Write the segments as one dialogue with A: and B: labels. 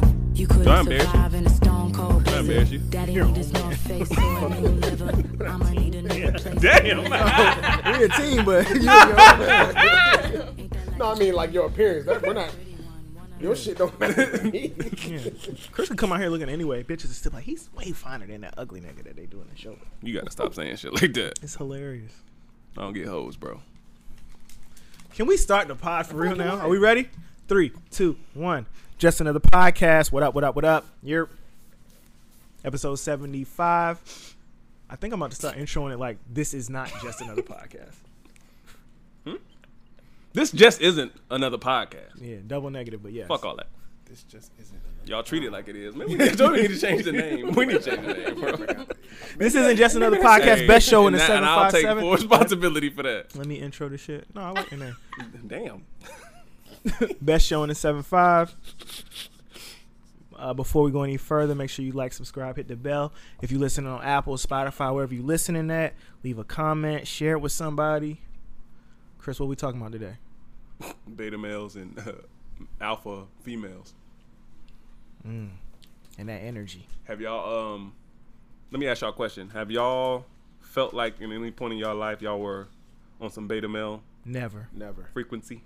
A: Do I embarrass you?
B: survive in a stone cold
A: I
B: blizzard.
A: embarrass you?
B: Daddy need his north face or a new liver. I'ma need a new replacement.
A: Damn.
C: We a team, but you, you know,
B: Ain't that like
D: No, I mean like your appearance. That, we're not.
B: pretty one, one of
D: Your shit don't matter to me.
E: Chris could come out here looking anyway. Bitches is still like, he's way finer than that ugly nigga that they doing the show.
A: You gotta stop saying shit like that.
E: It's hilarious.
A: I don't get hoes, bro.
E: Can we start the pod for real now? Are we ready? Three, two, one. Just another podcast. What up? What up? What up? You're episode seventy-five. I think I'm about to start introing it like this is not just another podcast.
A: This just isn't another podcast.
E: Yeah, double negative, but yes.
A: Fuck all that.
D: This just isn't.
A: Y'all treat it like it is. Man, we need, don't need to change the name. We need to change the name, bro.
E: This isn't just another podcast.
A: Hey,
E: Best show in the
A: and I-
E: seven
A: And I'll
E: five
A: take
E: seven.
A: full responsibility for that.
E: Let me intro the shit. No, I like your name.
A: Damn.
E: Best show in the seven five. Uh, before we go any further, make sure you like, subscribe, hit the bell. If you listen on Apple, Spotify, wherever you listening at, leave a comment, share it with somebody. Chris, what we talking about today?
A: Beta males and uh, alpha females.
E: And that energy.
A: Have y'all um let me ask y'all a question. Have y'all felt like in any point in y'all life y'all were on some beta male
E: Never.
D: Never.
A: frequency?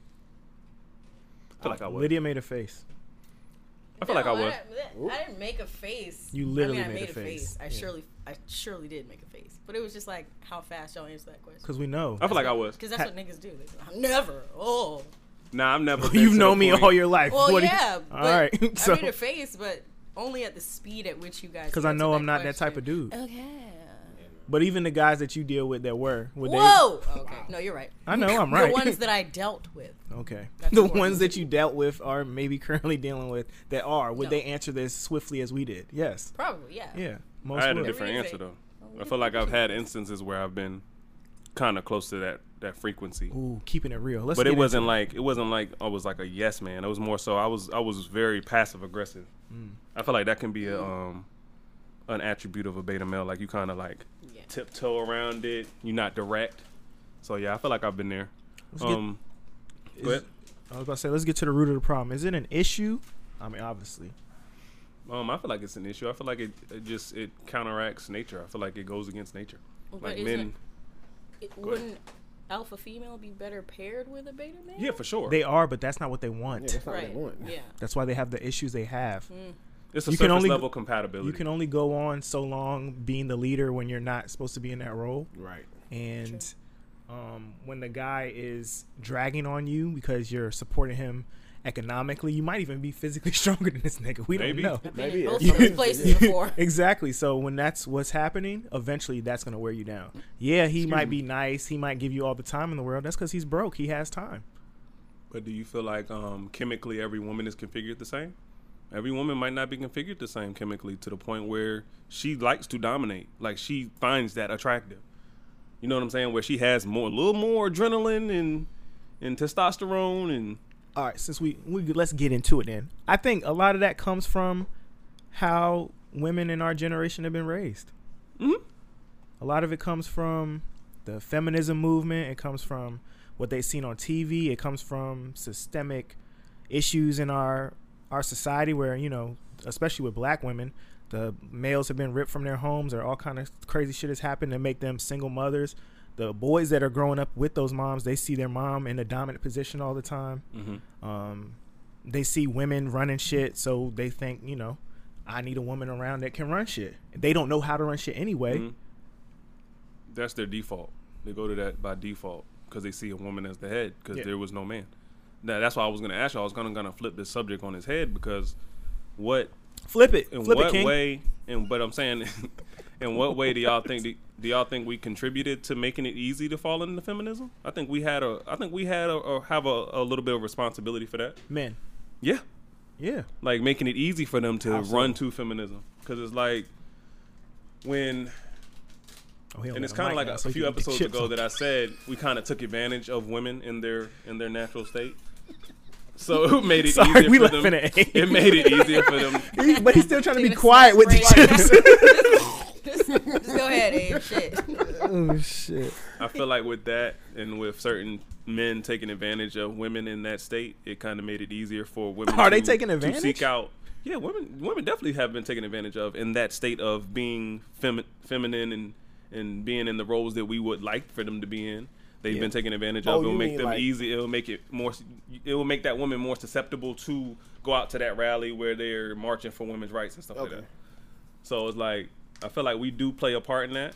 A: I feel like I was.
E: Lydia made a face.
A: I feel like I was.
F: I, didn't make a face.
E: You
F: I
E: literally
F: mean, I
E: made a
F: made, a
E: face.
F: face. I
E: Yeah.
F: surely, I surely did make a face. But it was just like how fast y'all answer that question.
E: Cause we know.
A: I feel like I was.
F: Because that's what niggas do. They go, I'm never. Oh,
A: Nah, I've never. been
E: You've
A: to the
E: known me
A: point-
E: all your life.
F: well,
E: What do you-
F: yeah.
E: All right. So,
F: I made a face, but only at the speed at which you guys.
E: because I
F: answer
E: know I'm not that type of
F: question.
E: dude.
F: Okay.
E: But even the guys that you deal with that were, were
F: Whoa. Okay. No, you're right.
E: I know, I'm right.
F: The ones that I dealt with.
E: they? Okay.
F: That's
E: the
F: important.
E: ones that you dealt with are maybe currently dealing with that are. Would
F: No.
E: they answer this swiftly as we did? Yes.
F: Probably, yeah.
E: Yeah. Most
A: I had a
E: would.
A: different
F: Amazing.
A: answer though. I feel like I've had instances where I've been kind of close to that that frequency.
E: Ooh, keeping it real. Let's
A: but
E: get
A: it
E: into
A: wasn't like it wasn't like I was like a yes man. It was more so I was I was very passive aggressive.
E: Mm.
A: I feel like that can be a um an attribute of a beta male. Like you kind of like
F: Yeah.
A: tiptoe around it. You're not direct. So yeah, I feel like I've been there.
E: get-
A: um, go ahead.
E: I was about to say, let's get to the root of the problem. Is it an issue? I mean, obviously.
A: Um, I feel like it's an issue. I feel like it, it just it counteracts nature. I feel like it goes against nature.
F: Well, but
A: Like
F: is
A: men,
F: It, wouldn't alpha female be better paired with a beta male?
A: yeah, for sure.
E: They are, but that's not what they want.
D: Yeah, that's not
F: Right.
D: what I want.
F: Yeah. Mm.
E: that's why they have the issues they have.
A: it's a
E: you
A: surface
E: can only-
A: level compatibility.
E: You can only go on so long being the leader when you're not supposed to be in that role.
D: Right.
E: And um, when the guy is dragging on you because you're supporting him economically, you might even be physically stronger than this nigga. We
A: Maybe.
E: don't know.
F: I've been
D: Maybe
F: in
D: it-
F: both of those places before.
E: exactly. So when that's what's happening, eventually that's going to wear you down. Yeah, he might be nice. He might give you all the time in the world. That's because he's broke. He has time.
A: But do you feel like um, chemically every woman is configured the same? Every woman might not be configured the same chemically to the point where she likes to dominate. Like she finds that attractive. You know what I'm saying? Where she has more, a little more adrenaline and and testosterone and
E: All right, since we, we let's get into it then. I think a lot of that comes from how women in our generation have been raised. A lot of it comes from the feminism movement. It comes from what they've seen on TV. It comes from systemic issues in our our society, where you know, especially with black women, the males have been ripped from their homes, or all kind of crazy shit has happened to make them single mothers. The boys that are growing up with those moms, they see their mom in a dominant position all the time. Um, they see women running shit, so they think, you know, I need a woman around that can run shit. They don't know how to run shit anyway.
A: Mhm. that's their default. They go to that by default because they see a woman as the head because
E: Yeah.
A: there was no man. Now that's why I was gonna ask you. I was gonna gonna flip this subject on his head because what
E: Flip it,
A: in
E: flip
A: what
E: it, King.
A: way and but i'm saying in what way do y'all think do, y'all think we contributed to making it easy to fall into feminism i think we had a i think we had a, or have a, a little bit of responsibility for that
E: Men,
A: yeah
E: yeah,
A: like making it easy for them to run to feminism because it's like when
E: oh, he don't
A: and it's
E: got
A: kind
E: mic
A: of like
E: now,
A: a,
E: so he
A: few
E: can get
A: episodes
E: chips
A: ago
E: on-
A: that I said we kind of took advantage of women in their in their natural state. So it made it
E: Sorry,
A: easier
E: we
A: for them.
E: laughing at Abe.
A: It made it easier for them.
E: He- but he's still trying to be
F: Steven
E: quiet with the
F: Spielberg.
E: chips.
F: Just go ahead, Abe. Shit.
C: oh shit.
A: I feel like with that and with certain men taking advantage of women in that state, it kind of made it easier for women.
E: Are they
A: to-
E: taking
A: To
E: advantage?
A: seek out, yeah, women. Women definitely have been taken advantage of in that state of being femi- feminine and and being in the roles that we would like for them to be in. They've
E: Yeah.
A: been taken advantage
D: Oh,
A: of. It'll
D: you
A: make
D: mean
A: them
D: like-
A: easy. It'll make it more. It will make that woman more susceptible to go out to that rally where they're marching for women's rights and stuff
D: Okay.
A: like that. So it's like I feel like we do play a part in that.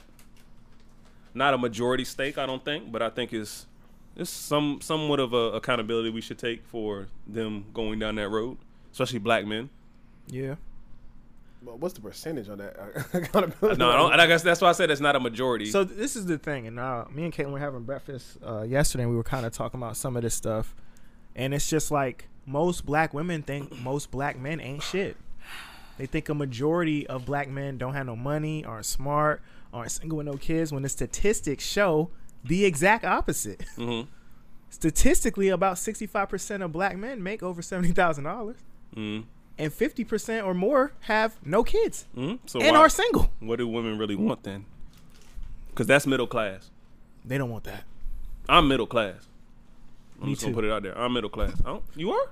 A: Not a majority stake, I don't think, but I think it's it's some somewhat of a accountability we should take for them going down that road, especially black men.
E: Yeah.
D: Well, what's the percentage on that? I gotta
A: No, I don't, and I guess that's why I said it's not a majority.
E: So th- this is the thing, and uh, me and Caitlin were having breakfast uh, yesterday. and We were kind of talking about some of this stuff, and it's just like most black women think most black men ain't shit. They think a majority of black men don't have no money, aren't smart, aren't single with no kids. When the statistics show the exact opposite.
A: Mhm.
E: Statistically, about sixty-five percent of black men make over seventy thousand dollars,
A: mm,
E: and fifty percent or more have no kids
A: mm, so
E: and
A: why-
E: are single.
A: what do women really want then? Because that's middle class.
E: They don't want that.
A: I'm middle class. I'm
E: Me
A: just gonna
E: too.
A: put it out there. I'm middle class. I don't, you are?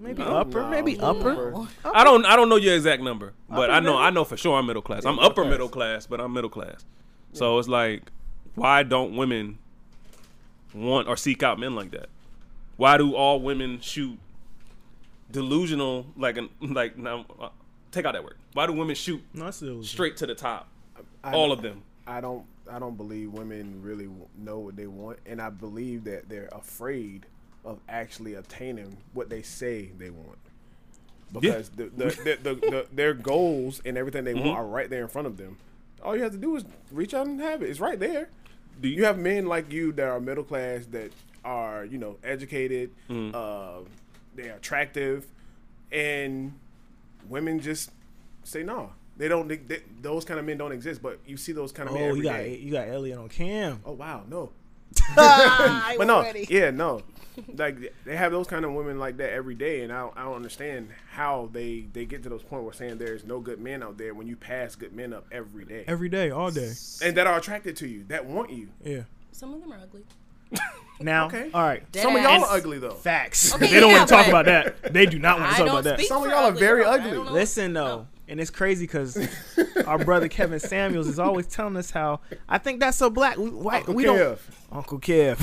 E: Maybe
A: No,
E: upper,
D: no,
E: maybe
D: no.
E: upper.
A: I don't. I don't know your exact number, but
E: Upper
A: I know.
E: middle?
A: I know for sure I'm middle class. I'm
D: middle
A: upper
D: class.
A: middle class, but I'm middle class. So it's like, why don't women want or seek out men like that? Why do all women shoot delusional? Like, an, like now, uh, take out that word. Why do women shoot
E: No, it's still
A: straight to the top?
D: I-
A: all of them.
D: I don't I don't believe women really w- know what they want, and I believe that they're afraid of actually obtaining what they say they want because the, the, the, the, the, their goals and everything they want are right there in front of them. All you have to do is reach out and have it. It's right there. Do you have men like you that are middle class that are you know educated, uh, they're attractive, and women just say no. They don't. They, they- those kind of men don't exist. But you see those kind of men
E: Oh,
D: every
E: you
D: day.
E: got you got Elliot on cam.
D: Oh wow, no.
E: but
D: But no, yeah, no. Like they have those kind of women like that every day, and I don't, I don't understand how they they get to those point where saying there's no good men out there when you pass good men up every day,
E: every day, all day.
D: and that are attracted to you, that want you.
E: Yeah.
F: Some of them are ugly.
E: Now,
D: Okay.
E: all right.
F: Dead
D: Some of y'all
F: ass.
D: are ugly though.
E: Facts.
F: Okay,
E: they don't
F: yeah,
E: want to talk
F: but-
E: about that. They do not want
F: I
E: to talk
F: don't
E: about that.
F: speak
D: Some of
F: for
D: y'all are
F: ugly
D: very
F: girls. I
D: ugly.
F: don't know.
E: Listen though, and it's crazy because our brother Kevin Samuels is always telling us how I think that's so black. We, white, we don't Uncle Kev.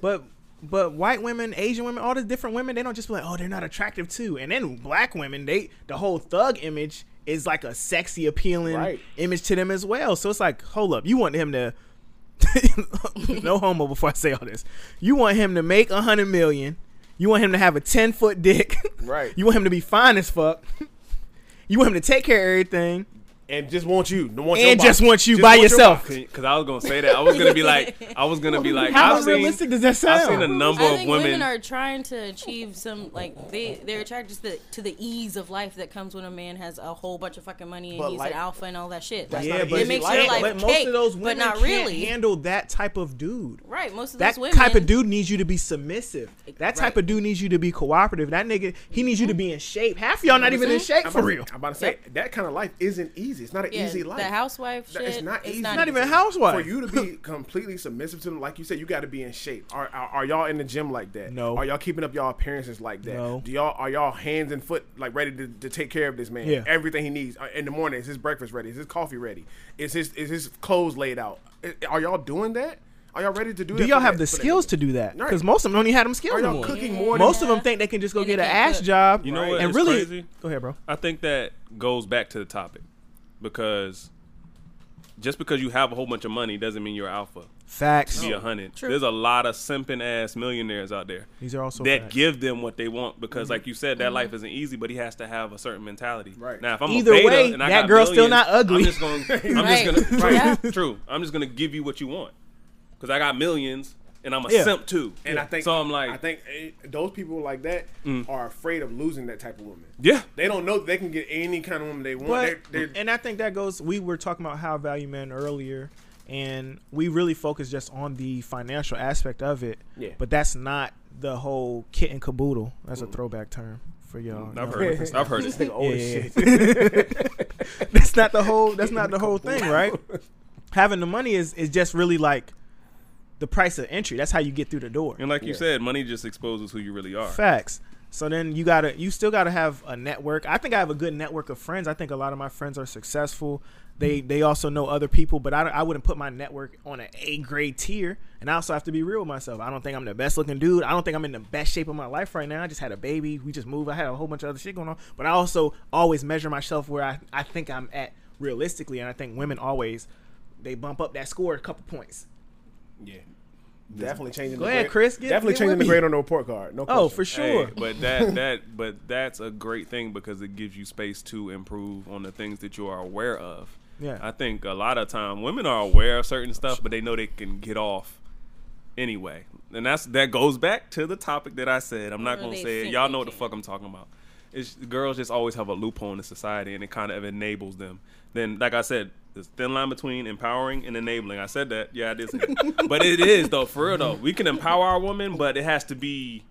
E: but but white women, Asian women, all the different women, they don't just be like, oh, they're not attractive too. And then black women, they the whole thug image is like a sexy, appealing
D: Right.
E: image to them as well. So it's like, hold up, you want him to no homo before I say all this. You want him to make a hundred million. You want him to have a ten foot dick.
D: Right.
E: You want him to be fine as fuck. You want him to take care of everything
D: and just want you, don't want your
E: and
D: body.
E: just want you
D: Just
E: by
D: want your
E: yourself.
A: Because I was gonna say that. I was gonna be like. I was gonna be like.
E: How
A: I've seen.
E: unrealistic does that sound?
A: I've seen a number
F: I
A: of
F: think
A: women.
F: women are trying to achieve some like they they're attracted to the, to the ease of life that comes when a man has a whole bunch of fucking money and
D: But
F: he's
D: like-
F: an alpha and all that shit.
D: That's
F: Like,
D: not
E: yeah,
D: an
E: but,
D: easy
F: it makes
D: life.
F: your life
E: but
F: cake,
E: most of those women
F: but not
E: can't
F: really.
E: handle that type of dude.
F: right, most of
E: That
F: those women
E: type of dude needs you to be submissive. That type
F: Right.
E: of dude needs you to be cooperative. That nigga, he needs you to be in shape. Half of y'all not even in shape
D: I'm
E: for
D: about to-
E: real.
D: I'm about to say that kind of life isn't easy. It's not an
F: Yeah,
D: easy life.
F: The housewife
D: That-
F: shit.
D: it's not easy.
E: Not even a housewife.
D: for you to be completely submissive to them, like you said, you got to be in shape. Are, are are y'all in the gym like that?
E: No.
D: Are y'all keeping up y'all appearances like that?
E: No.
D: Do y'all are y'all hands and foot like ready to, to take care of this man?
E: Yeah.
D: Everything he needs Uh, in the morning is his breakfast ready? Is his coffee ready? Is his is his clothes laid out? I- Are y'all doing that? Are y'all ready to do?
E: Do y'all have the skills to do that?
D: Right.
E: Because most of them don't even have them skills
D: Are y'all
E: anymore.
D: cooking more?
E: Most of
F: Yeah.
E: them think they can just go
F: And
E: get
F: they
E: an
F: can't
E: ash
F: cook.
E: job.
A: You know what
E: And
A: is
E: really,
A: crazy?
E: go ahead, bro.
A: I think that goes back to the topic because just because you have a whole bunch of money doesn't mean you're alpha.
E: Facts.
D: Oh,
A: Be a hundred.
F: True.
A: There's a lot of simping ass millionaires out there.
E: These are also
A: that
E: facts.
A: give them what they want
D: Mm-hmm.
A: because, like you said, that life isn't easy. But he has to have a certain mentality.
D: Right.
A: Now, if I'm
E: Either
A: a beta
E: way,
A: and I
E: that
A: got
E: girl's still
A: millions,
E: not ugly.
A: I'm just gonna. I'm just
F: Right.
A: gonna.
F: Yeah.
A: True, true. I'm just gonna give you what you want because I got millions and I'm a
E: Yeah.
A: simp too.
D: And I think
A: so. I'm like, Mm.
D: I think eh, those people like that are afraid of losing that type of woman.
A: yeah.
D: They don't know they can get any kind of woman they want.
E: But
D: they're, they're,
E: and I think that goes. We were talking about how value men earlier, and we really focus just on the financial aspect of it.
D: Yeah.
E: But that's not the whole kit and caboodle. That's a throwback term for y'all.
A: I've
E: No.
A: heard it. I've heard it.
D: This nigga old as
E: Yeah.
D: shit.
E: that's not the whole. That's not the whole thing, right? having the money is is just really like the price of entry. That's how you get through the door.
A: And like you
D: Yeah.
A: said, money just exposes who you really are.
E: Facts. So then you gotta, you still gotta have a network. I think I have a good network of friends. I think a lot of my friends are successful. They they also know other people, but I, don't- I wouldn't put my network on an A grade tier. And I also have to be real with myself. I don't think I'm the best looking dude. I don't think I'm in the best shape of my life right now. I just had a baby. We just moved. I had a whole bunch of other shit going on. But I also always measure myself where I, I think I'm at realistically. And I think women always they bump up that score a couple points.
D: Yeah. Definitely changing.
E: Go
D: the
E: ahead,
D: grade.
E: Chris. Get-
D: definitely
E: get with
D: changing the
E: me.
D: grade on the report card. No.
E: Oh,
D: question.
E: for sure.
A: Hey, but that that but that's a great thing because it gives you space to improve on the things that you are aware of.
E: Yeah.
A: I think a lot of time women are aware of certain stuff, but they know they can get off anyway. And that's that goes back to the topic that I said. I'm not
F: Or
A: gonna
F: they
A: say it.
F: think
A: Y'all
F: they
A: know what the
F: can.
A: fuck I'm talking about. It's girls just always have a loophole in society, and it kind of enables them. Then, like I said, there's a thin line between empowering and enabling. I said that, yeah, I did. Say that. but it is though, for real though. We can empower our woman, but it has to be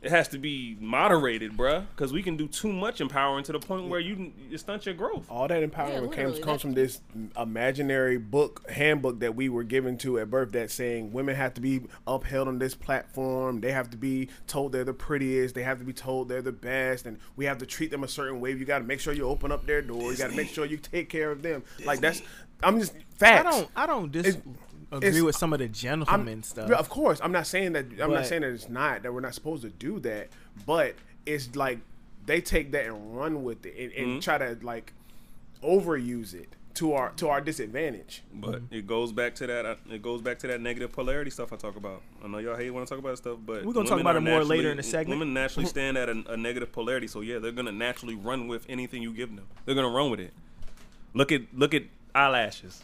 A: it has to be moderated, bruh, because we can do too much empowering to the point where you it stunts your growth.
D: All that empowerment
F: literally,
D: comes, comes
F: that's-
D: from this imaginary book handbook that we were given to at birth that's saying women have to be upheld on this platform. They have to be told they're the prettiest. They have to be told they're the best, and we have to treat them a certain way. You got to make sure you open up their door. You got to make sure you take care of them. Like that's I'm just
E: I
D: facts.
E: don't I don't dis- agree
D: it's-
E: with some of the
D: I'm-
E: gentlemen stuff.
D: yeah, Of course, I'm not saying that. I'm
E: But-
D: not saying that it's not that we're not supposed to do that, but it's like they take that and run with it and, and
E: Mm-hmm.
D: try to like overuse it to our to our disadvantage.
A: But
E: Mm-hmm.
A: it goes back to that. uh, It goes back to that negative polarity stuff I talk about. I know y'all hate when I talk about stuff, but
E: We're gonna talk
A: women
E: about
A: are
E: it more later in
A: naturally-
E: the segment. Mm-hmm.
A: Women naturally stand at a, a negative polarity, so yeah, they're gonna naturally run with anything you give them. They're gonna run with it. Look at look at eyelashes.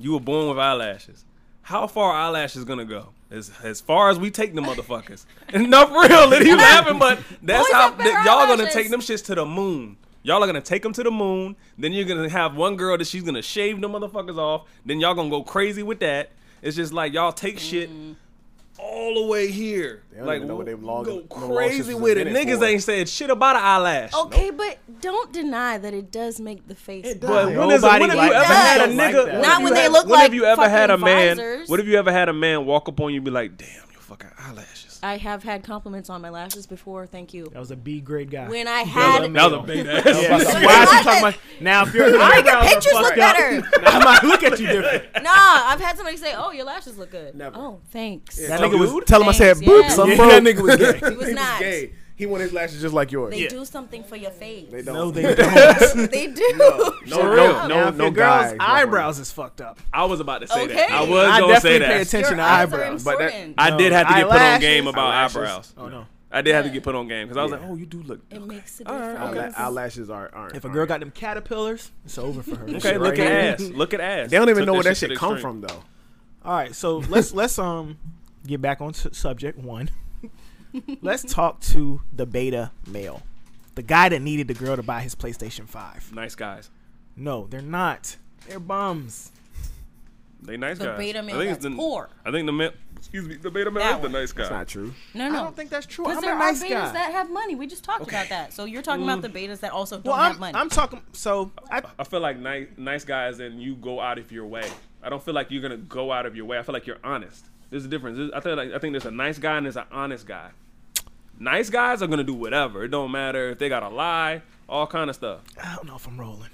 A: You were born with eyelashes. How far are eyelashes gonna go? As as far as we take the motherfuckers. no, for real, Liddy, you laughing, but that's
F: Boys
A: how
F: have better
A: that y'all gonna
F: eyelashes.
A: take them shits to the moon. Y'all are gonna take them to the moon. Then you're gonna have one girl that she's gonna shave the motherfuckers off. Then y'all gonna go crazy with that. It's just like y'all take shit all the way here.
D: don't
A: Like
D: even know what they vlog-
A: go
D: the lawsuits
A: crazy
D: was
A: with it.
D: invented
A: Niggas
D: for.
A: ain't said shit about an eyelash.
F: Okay, but don't deny that it does make the face. pop.
A: But when,
E: Nobody
A: is, when have you
E: likes
A: ever
F: that.
A: had a
F: Like
A: nigga?
E: that.
A: when
F: Not
A: have
F: when
A: you
F: they
A: had-
F: look
A: When have
F: like
A: you ever had a
F: fucking
A: man?
F: visors.
A: What have you ever had a man walk up on you and be like, "Damn, your fucking eyelashes."
F: I have had compliments on my lashes before. Thank you.
E: that was a B grade guy.
F: When I
A: That
F: had
A: was a- that was a big ass.
E: Yeah, why is she talking about now? If your eyebrows are
F: pictures look
E: fucked up,
F: better.
E: I might look at you different.
F: nah, I've had somebody say, "Oh, your lashes look good."
D: Never.
F: Oh, thanks.
E: That
D: Some
E: nigga was
D: dude?
E: telling
F: him I said, Thanks, "Boop, yeah. something
E: That nigga was gay.
F: It was not.
D: Gay. He wanted his lashes just like yours.
F: They do something for your face.
D: They
F: They,
D: don't.
E: No, they don't.
F: do.
D: no,
A: For
D: no,
A: real.
D: no,
E: now,
D: no,
E: if your
D: guys.
E: girl's eyebrows is fucked up.
A: I was about to say that.
F: Okay.
A: I was
E: I
A: gonna say
E: definitely pay
A: that.
E: attention to
F: Your eyes are
E: eyebrows.
D: but that-
F: important.
A: I did have to get put on game
E: Eyelashes.
A: about
D: Eyelashes.
A: eyebrows.
E: Oh no!
A: I did have to get put on game because I was
D: Yeah.
A: like, "Oh, you do look."
F: it makes a
D: Our, la-
F: difference.
D: our lashes are, aren't.
E: If a
D: aren't-
E: girl got them caterpillars, it's over for her.
A: Okay,
D: Shit
A: look
D: right
A: at
D: here.
A: ass. Look at ass.
D: they don't even
A: Took
D: know where that
A: to
D: shit
A: the
D: come
A: extreme.
D: from though.
E: All right, so let's let's um get back on s- subject one. let's talk to the beta male, the guy that needed the girl to buy his PlayStation Five.
A: Nice guys.
E: No, they're not. They're bums.
A: They nice
F: The
A: guys.
F: beta male that's
A: the
F: poor.
A: I think the man. Excuse me. The beta
F: That
A: male is the
F: one.
A: nice
D: It's
A: guy.
D: not true.
F: no,
E: I
F: no.
E: don't think that's true.
F: Because
E: I'm
F: there
E: a
F: are
E: nice
F: betas
E: guy.
F: that have money. We just talked about that. So you're talking about the betas that also don't
E: well, I'm,
F: have money.
E: I'm talking. So I
A: I feel like nice nice guys and you go out of your way. I don't feel like you're gonna go out of your way. I feel like you're honest. There's a difference. There's- I think like, I think there's a nice guy and there's an honest guy. Nice guys are gonna do whatever. It don't matter if they gotta lie, all kind of stuff.
E: I don't know if I'm rolling.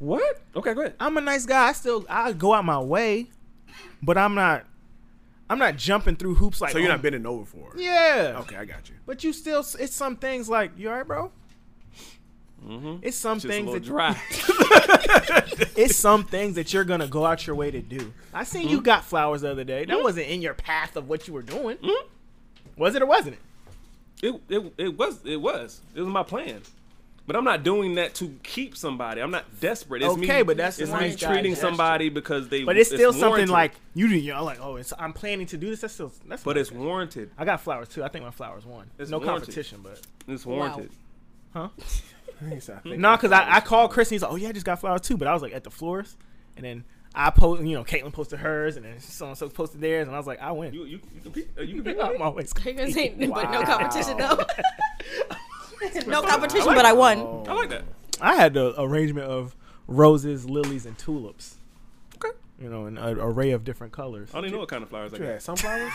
A: What? Okay, go ahead.
E: I'm a nice guy. I still I go out my way, but I'm not. I'm not jumping through hoops like.
D: So you're
E: oh,
D: not bending over for her.
E: Yeah.
D: Okay, I got you.
E: But you still, it's some things like you alright, bro. It's some
A: Just a
E: things
A: little
E: that
A: dry.
E: it's some things that you're gonna go out your way to do. I seen you got flowers the other day. That wasn't in your path of what you were doing, was it or wasn't it?
A: it, it it was it was it was my plan. But I'm not doing that to keep somebody. I'm not desperate. It's
E: Okay,
A: me,
E: but that's the
A: it's me
E: nice guy
A: treating
E: gesture.
A: somebody because they.
E: But it's still something
A: warranted.
E: like you do. You're like, oh, it's I'm planning to do this. That's still that's.
A: But it's warranted.
E: I got flowers too. I think my flowers won.
A: It's
E: no
A: warranted.
E: competition, but
A: It's warranted.
E: No, because I, I called Chris and he's like, oh, yeah, I just got flowers too. But I was like at the florist. And then I post, you know, Caitlin posted hers and then so and so posted theirs. And I was like, I win.
A: You you you compete. uh, You compete. with me?
E: I'm always
F: You're gonna say, but no
D: Wow.
F: competition, though. no competition, but I
E: Oh.
F: won.
A: I like that.
E: I had the arrangement of roses, lilies, and tulips.
A: Okay.
E: you know, an a- array of different colors.
A: I don't even know what kind of flowers I
D: You had
A: got.
D: sunflowers?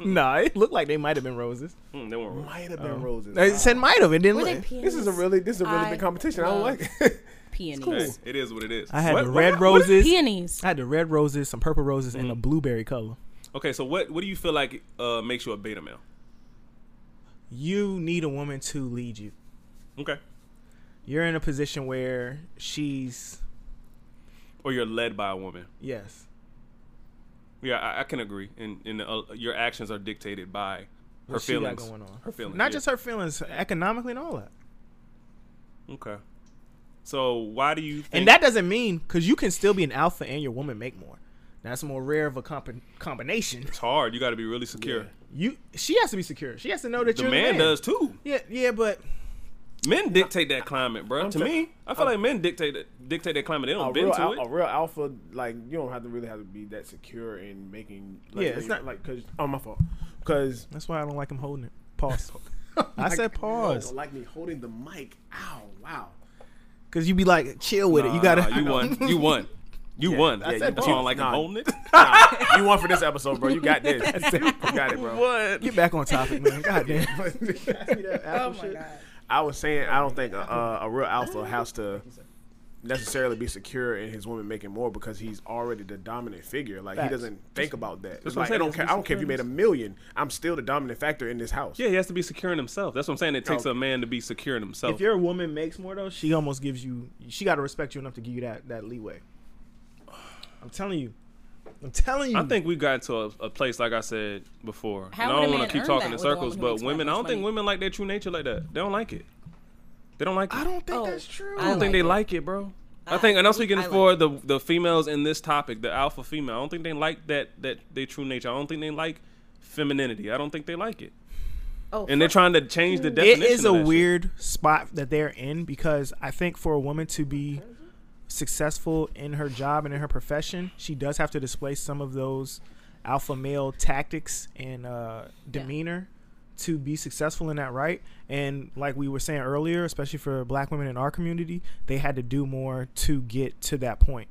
E: nah, it looked like they might have been roses.
A: Mm, they weren't. real.
D: Might have been roses.
E: It
D: Wow.
E: said might have. It didn't.
F: Were they
E: look-
D: This is a really this is a really
F: I
D: big competition. I don't
F: love
D: like it.
F: peonies.
A: Hey, it is what it is. Mm.
E: I had
A: What-
E: the
A: what-
E: red
A: what-
E: roses.
F: Peonies.
E: I had the red roses, some purple roses, and a blueberry color.
A: Okay, so what what do you feel like uh, makes you a beta male?
E: You need a woman to lead you.
A: Okay,
E: You're in a position where she's
A: or you're led by a woman.
E: yes,
A: Yeah, I, I can agree. And and uh, your actions are dictated by her
E: what she got
A: feelings.
E: going on.
A: Her feelings.
E: not
A: yeah.
E: just her feelings, economically and all that.
A: Okay. So why do you think
E: And that doesn't mean because you can still be an alpha and your woman make more. That's more rare of a comp- combination.
A: it's hard? You got to be really secure.
E: You, she has to be secure. She has to know that
A: The
E: you're
A: man,
E: the man
A: does too.
E: Yeah, yeah, but
A: Men dictate that climate, bro. to
D: ta-
A: me, I feel like men dictate that- dictate that climate. They
D: a
A: don't bend
D: real
A: to
D: al-
A: it.
D: a real alpha like you don't have to really have to be that secure in making. Like,
E: Yeah, it's not-
D: like because oh my fault because
E: that's why I don't like him holding it. Pause. I said pause
D: like me holding the mic. Ow! Wow.
E: because you be like, chill with it. You
A: Nah,
E: gotta.
A: nah, you won. You won. You won.
D: I
A: Yeah,
D: said
A: you don't
D: pause.
A: like
D: Nah.
A: him holding it.
D: Nah, you won for this episode, bro. You got this. You got it, bro.
E: Get back on topic, man. God damn.
D: oh my God. I was saying I don't think uh, a real alpha has to necessarily be secure in his woman making more because he's already the dominant figure. Like
E: Facts.
D: he doesn't think about that. It's
A: what I'm
D: like, I
A: saying,
D: don't
A: it's
D: care. I don't care if you made a
A: insecurities.
D: million. I'm still the dominant factor in this house.
A: Yeah, he has to be secure in himself. That's what I'm saying. It takes
D: Okay.
A: a man to be secure in himself.
E: If your woman makes more though, she almost gives you. She gotta respect you enough to give you that that leeway. I'm telling you. I'm telling you.
A: I think we got to a, a place, like I said before.
F: How
A: and
F: would
A: I don't
F: a
A: wanna
F: man
A: keep
F: earn
A: talking in
F: that with a woman
A: circles,
F: who
A: but
F: makes that
A: women, I
F: much
A: don't think
F: money?
A: women like their true nature like that. They don't like it. They don't like it.
E: I don't think
F: Oh,
E: that's true.
A: I don't think they
F: it.
A: like it, bro. I,
F: I-
A: think, and I'm speaking
F: I like
A: for the the females in this topic, the alpha female. I don't think they like that that their true nature. I don't think they like femininity. I don't think they like it,
F: Oh,
A: and they're trying to change the
E: it
A: definition.
E: is
A: of that
E: a
A: shit.
E: weird spot that they're in because I think for a woman to be successful in her job and in her profession, she does have to display some of those alpha male tactics and uh, demeanor to be successful in that right. And like we were saying earlier, especially for black women in our community, they had to do more to get to that point.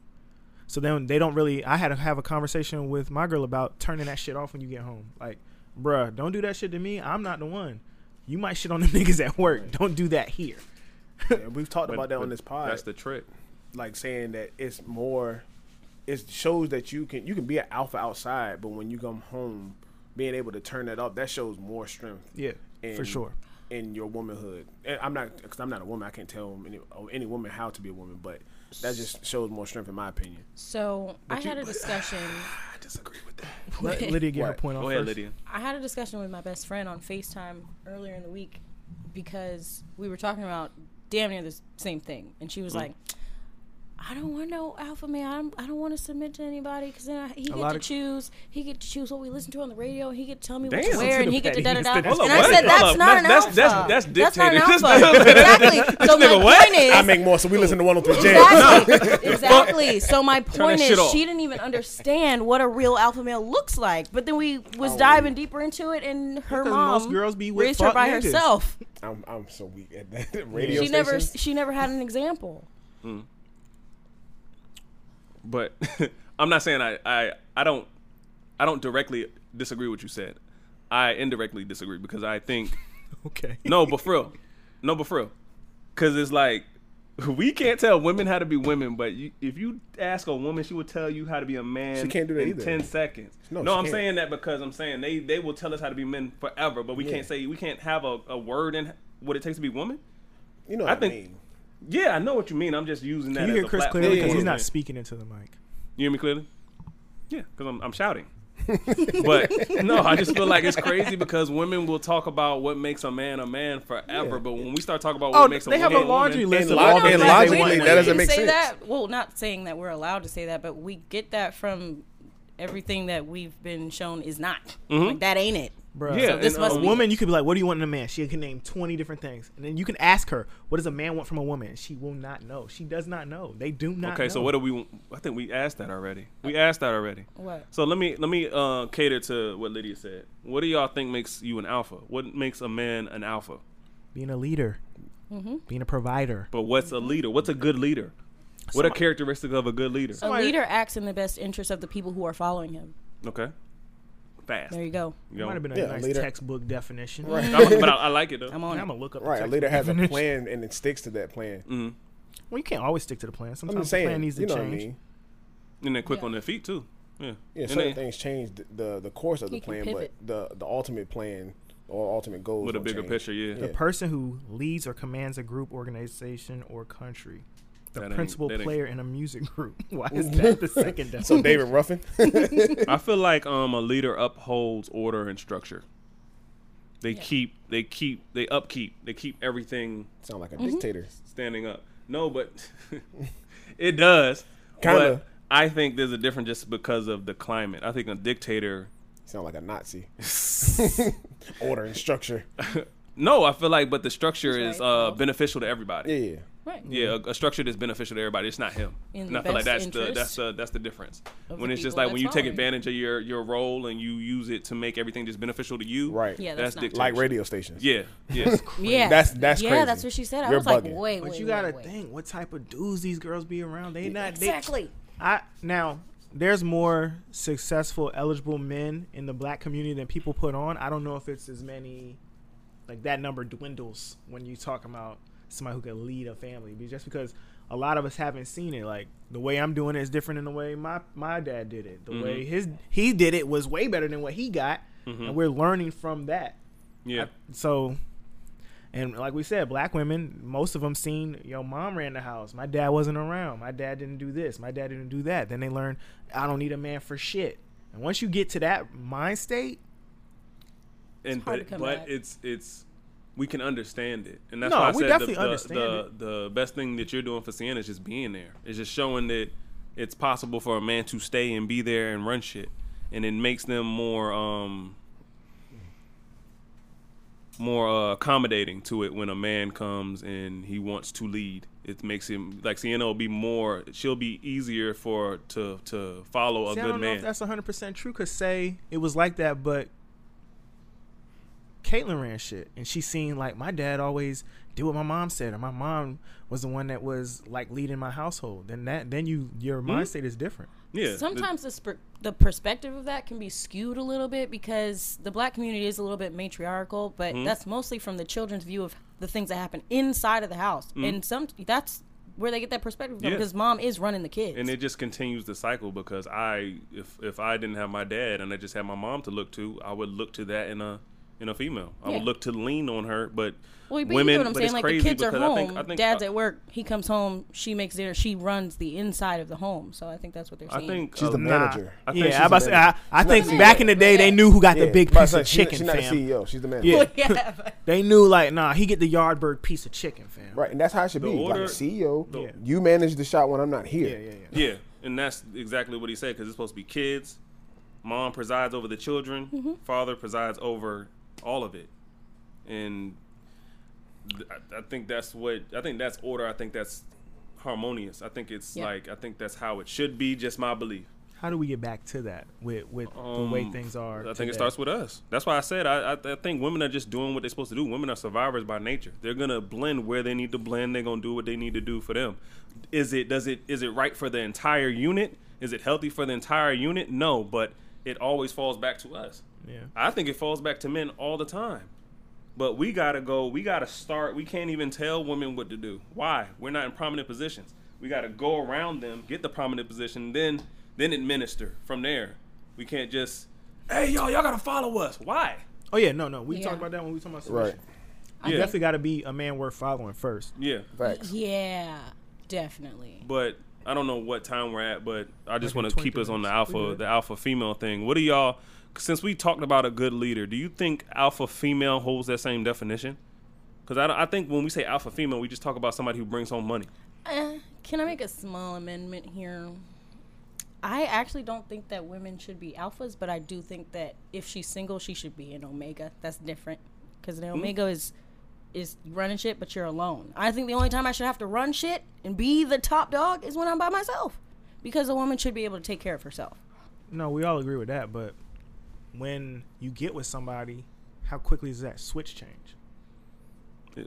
E: So then they don't really. I had to have a conversation with my girl about turning that shit off when you get home. Like, bruh, don't do that shit to me. I'm not the one. You might shit on the niggas at work. Don't do that here.
D: And we've talked
A: But-
D: about that
A: but
D: on this pod.
A: That's the trick.
D: like saying that it's more it shows that you can you can be an alpha outside, but when you come home, being able to turn that up, that shows more strength.
E: Yeah, for
D: in-
E: sure.
D: In your womanhood, and I'm not because I'm not a woman. I can't tell any, oh, any woman how to be a woman, but that just shows more strength, in my opinion.
F: So I had a discussion.
D: I disagree with that.
E: Let Lydia get her
D: What?
E: point off
A: Go ahead,
E: first.
A: Lydia.
F: I had a discussion with my best friend on FaceTime earlier in the week because we were talking about damn near the s- same thing, and she was
A: Mm.
F: like, "I don't want no alpha male. I don't, I don't want to submit to anybody because then I, he get
E: lot
F: to
E: of-
F: choose. He get to choose what we listen to on the radio. He get to tell me
A: Damn.
F: what to wear, and he get to da da da." And
A: Hold up,
F: I
A: what?
F: said, "That's
A: Hold up.
F: not an
A: That's-
F: alpha.
A: that's- that's
F: not an
A: dictated.
F: alpha. exactly. So
A: nigga
F: my
A: what?
F: point is,
D: I make more, so we listen to 103 Jam.
F: Exactly. exactly. So my
A: that
F: point
A: shit
F: is,
A: off.
F: she didn't even understand what a real alpha male looks like. But then we was
D: Oh.
F: diving deeper into it, and her
E: Because
F: mom
E: most girls be with
F: raised her
E: fuck
F: by
E: niggas.
F: herself.
D: I'm, I'm so weak at that radio
F: she
D: station.
F: never she never had an example.
A: but I'm not saying I, I I don't I don't directly disagree with what you said. I indirectly disagree because I think
E: Okay.
A: no, but for real, no, but for real, because it's like we can't tell women how to be women, but you, if you ask a woman, she will tell you how to be a man.
D: She can't do that
A: in
D: either.
A: Ten seconds. No,
D: No,
A: no
D: she
A: I'm
D: can't.
A: saying that because I'm saying they they will tell us how to be men forever, but we
D: Yeah.
A: can't say we can't have a, a word in what it takes to be woman.
D: You know
A: I
D: what I,
A: think-
D: mean?
A: Yeah, I know what you mean. I'm just using that.
E: Can you
A: as
E: hear
A: a
E: Chris
A: platform
E: clearly?
A: to
E: Because he's
A: put
E: not
A: it in.
E: speaking into the mic.
A: You hear me clearly? Yeah, because I'm, I'm shouting. but no, I just feel like it's crazy because women will talk about what makes a man a man forever, but when we start talking about what
E: Oh,
A: makes a
E: they have a
A: woman
E: laundry
A: woman,
E: list of
D: And
E: all
D: lo-
E: the
D: and
E: things they
D: logically,
E: want. in a
D: that
E: man.
D: doesn't make
F: say
D: sense.
F: that. Well, not saying that we're allowed to say that, but we get that from everything that we've been shown is not.
D: Mm-hmm.
F: Like, that ain't it.
E: Bruh.
A: Yeah,
E: So
F: this
A: and,
F: must
E: a
A: uh,
F: be-
E: woman, you could be like, "What do you want in a man?" She can name twenty different things, and then you can ask her, "What does a man want from a woman?" She will not know. She does not know. They do not.
A: Okay, so
E: know.
A: what do we? I think we asked that already. We asked that already.
F: What?
A: So let me let me uh, cater to what Lydia said. What do y'all think makes you an alpha? What makes a man an alpha?
E: being a leader, being a provider,
A: But what's a leader? What's a good leader? What a characteristic of a good leader.
F: A leader acts in the best interest of the people who are following him.
A: Okay. Fast.
F: There you go.
A: You know?
E: Might have been a
D: Yeah,
E: nice
D: leader.
E: textbook definition.
A: I'm- but I, I like it though.
F: I'm
E: I'm
F: on it.
E: gonna look up. the
D: Right, a
E: textbook
D: leader has a
E: definition.
D: plan and then sticks to that plan.
E: Well, you can't always stick to the plan.
D: I'm
E: Sometimes
D: just
E: the
D: saying,
E: plan needs to
D: you know
E: change.
D: what I mean.
A: and then quick
F: Yeah.
A: on their feet too. Yeah.
D: Yeah,
A: And
D: certain
A: they-
D: things change the, the the course of the
F: You can
D: plan, but
F: pivot.
D: the the ultimate plan or ultimate goal
A: with a bigger
D: change.
A: picture, yeah.
E: The person who leads or commands a group, organization, or country. The
A: That ain't-
E: principal
A: that ain't-
E: player in a music group. Why is that the second definition?
D: So David Ruffin,
A: I feel like um a leader upholds order and structure. They keep they keep they upkeep. They keep everything
D: sound like a
F: Mm-hmm.
D: dictator.
A: standing up. No, but it does.
D: Kinda.
A: But I think there's a difference just because of the climate. I think a dictator
D: Sound like a Nazi. Order and structure.
A: No, I feel like but the structure
F: That's
A: is
F: right.
A: uh
F: Oh.
A: beneficial to everybody.
D: Yeah, yeah.
F: Right.
A: Yeah, a, a structure that's beneficial to everybody. It's not him,
F: In
A: and
F: the
A: I feel like that's
F: best
A: the that's
F: interest
A: the that's the difference.
F: of
A: When
F: the
A: it's just
F: people
A: like when
F: that's
A: you take
F: following.
A: advantage of your your role and you use it to make everything just beneficial to you.
D: Right.
F: Yeah,
A: that's
F: that's, not.
A: dictator.
D: Like radio stations.
A: Yeah. Yes.
F: Yeah.
D: That's- that's
F: Yeah,
D: crazy.
F: that's what she said. I
D: You're
F: was
D: bugging.
F: like, wait,
E: But
F: wait,
E: you gotta
F: wait, wait.
E: think what type of dudes these girls be around. They not they-
F: Exactly.
E: I now there's more successful eligible men in the black community than people put on. I don't know if it's as many like that number dwindles when you talk about somebody who can lead a family. Be- Just because a lot of us haven't seen it. Like the way I'm doing it is different than the way my my dad did it. The way his he did it was way better than what he got, and we're learning from that.
A: Yeah.
E: So, and like we said, black women, most of them seen your mom ran the house. My dad wasn't around. My dad didn't do this. My dad didn't do that. Then they learn I don't need a man for shit. And once you get to that mind state,
A: and
F: hard to
A: but,
F: come
A: but
F: back.
A: it's it's we can understand it, and that's
E: No,
A: why I
E: we
A: said
E: definitely
A: the, the,
E: understand
A: the, the best thing that you're doing for Sienna is just being there. It's just showing that it's possible for a man to stay and be there and run shit, and it makes them more um more uh, accommodating to it when a man comes and he wants to lead. It makes him like Sienna will be more. She'll be easier for to to follow a
E: see, I
A: good
E: don't know if
A: man.
E: that's 100% true. Because say it was like that, but Caitlyn ran shit. And she seen like my dad always did what my mom said. And my mom was the one that was like leading my household. Then that, then you,
A: Mm-hmm.
E: your mind state is different.
A: Yeah,
F: Sometimes the, sp- the perspective of that can be skewed a little bit because the black community is a little bit matriarchal, but
A: Mm-hmm.
F: that's mostly from the children's view of the things that happen inside of the house, and some that's where they get that perspective from
A: Mm-hmm. Yeah.
F: because mom is running the kids.
A: and it just continues the cycle because I if if I didn't have my dad and I just had my mom to look to, I would look to that in a in a female. I
F: Yeah.
A: would look to lean on her, but
F: well, but
A: women.
F: you know what I'm
A: but
F: saying?
A: it's
F: Like the
A: crazy
F: kids are
A: because
F: home,
A: I think, I think uh,
F: dad's
A: I,
F: at work, he comes home, she makes dinner, she runs the inside of the home. So I think that's what they're
A: I
F: saying.
A: think
D: She's
A: uh,
D: the manager.
A: I think
E: yeah,
A: she's
E: I,
A: a
E: about to say, I, I
D: She's not
E: think
D: the
E: back
F: CEO.
E: in the day they knew who got the big
D: But I
E: piece
D: said
E: of
D: she's not-
E: chicken,
D: She's not E
E: fam.
D: the CEO. She's the manager.
E: Yeah,
F: yeah, but-
E: they knew like, nah, he get the Yardbird piece of chicken, fam.
D: Right, and that's how it should be.
A: order-
D: like a CEO,
A: the-
D: you manage the shot when I'm not here.
E: Yeah, yeah, yeah.
A: Yeah, and that's exactly what he said because it's supposed to be kids. Mom presides over the children. Father presides over all of it, and th- I, I think that's what I think that's order. I think that's harmonious. I think it's
F: Yeah.
A: like I think that's how it should be. Just my belief.
E: How do we get back to that with with the way
A: Um,
E: things are?
A: I think
E: today?
A: it starts with us. That's why I said I, I, I think women are just doing what they're supposed to do. Women are survivors by nature. They're gonna blend where they need to blend. They're gonna do what they need to do for them. Is it does it is it right for the entire unit? Is it healthy for the entire unit? No, but it always falls back to us.
E: Yeah.
A: I think it falls back to men all the time. But we gotta go. We gotta start. We can't even tell women what to do. Why? We're not in prominent positions. We gotta go around them, get the prominent position, then then administer from there. We can't just, hey y'all, y'all gotta follow us. Why?
E: Oh yeah, no, no. We
F: Yeah.
E: talked about that when we talking about
D: Right.
E: submission.
A: Yeah,
E: Definitely got to be a man worth following first.
A: yeah.
D: Facts.
F: yeah, definitely.
A: But I don't know what time we're at. But I just
E: Like in
A: want to keep
E: 22
A: us on the
E: minutes. We
A: alpha,
E: good.
A: the alpha female thing. What do y'all? Since we talked about a good leader, do you think alpha female holds that same definition? Because I, don't- I think when we say alpha female, we just talk about somebody who brings home money.
F: Uh, can I make a small amendment here? I actually don't think that women should be alphas, but I do think that if she's single, she should be an omega. That's different because
A: Hmm.
F: an omega is is running shit, but you're alone. I think the only time I should have to run shit and be the top dog is when I'm by myself, because a woman should be able to take care of herself.
E: No, we all agree with that. But when you get with somebody, how quickly does that switch change?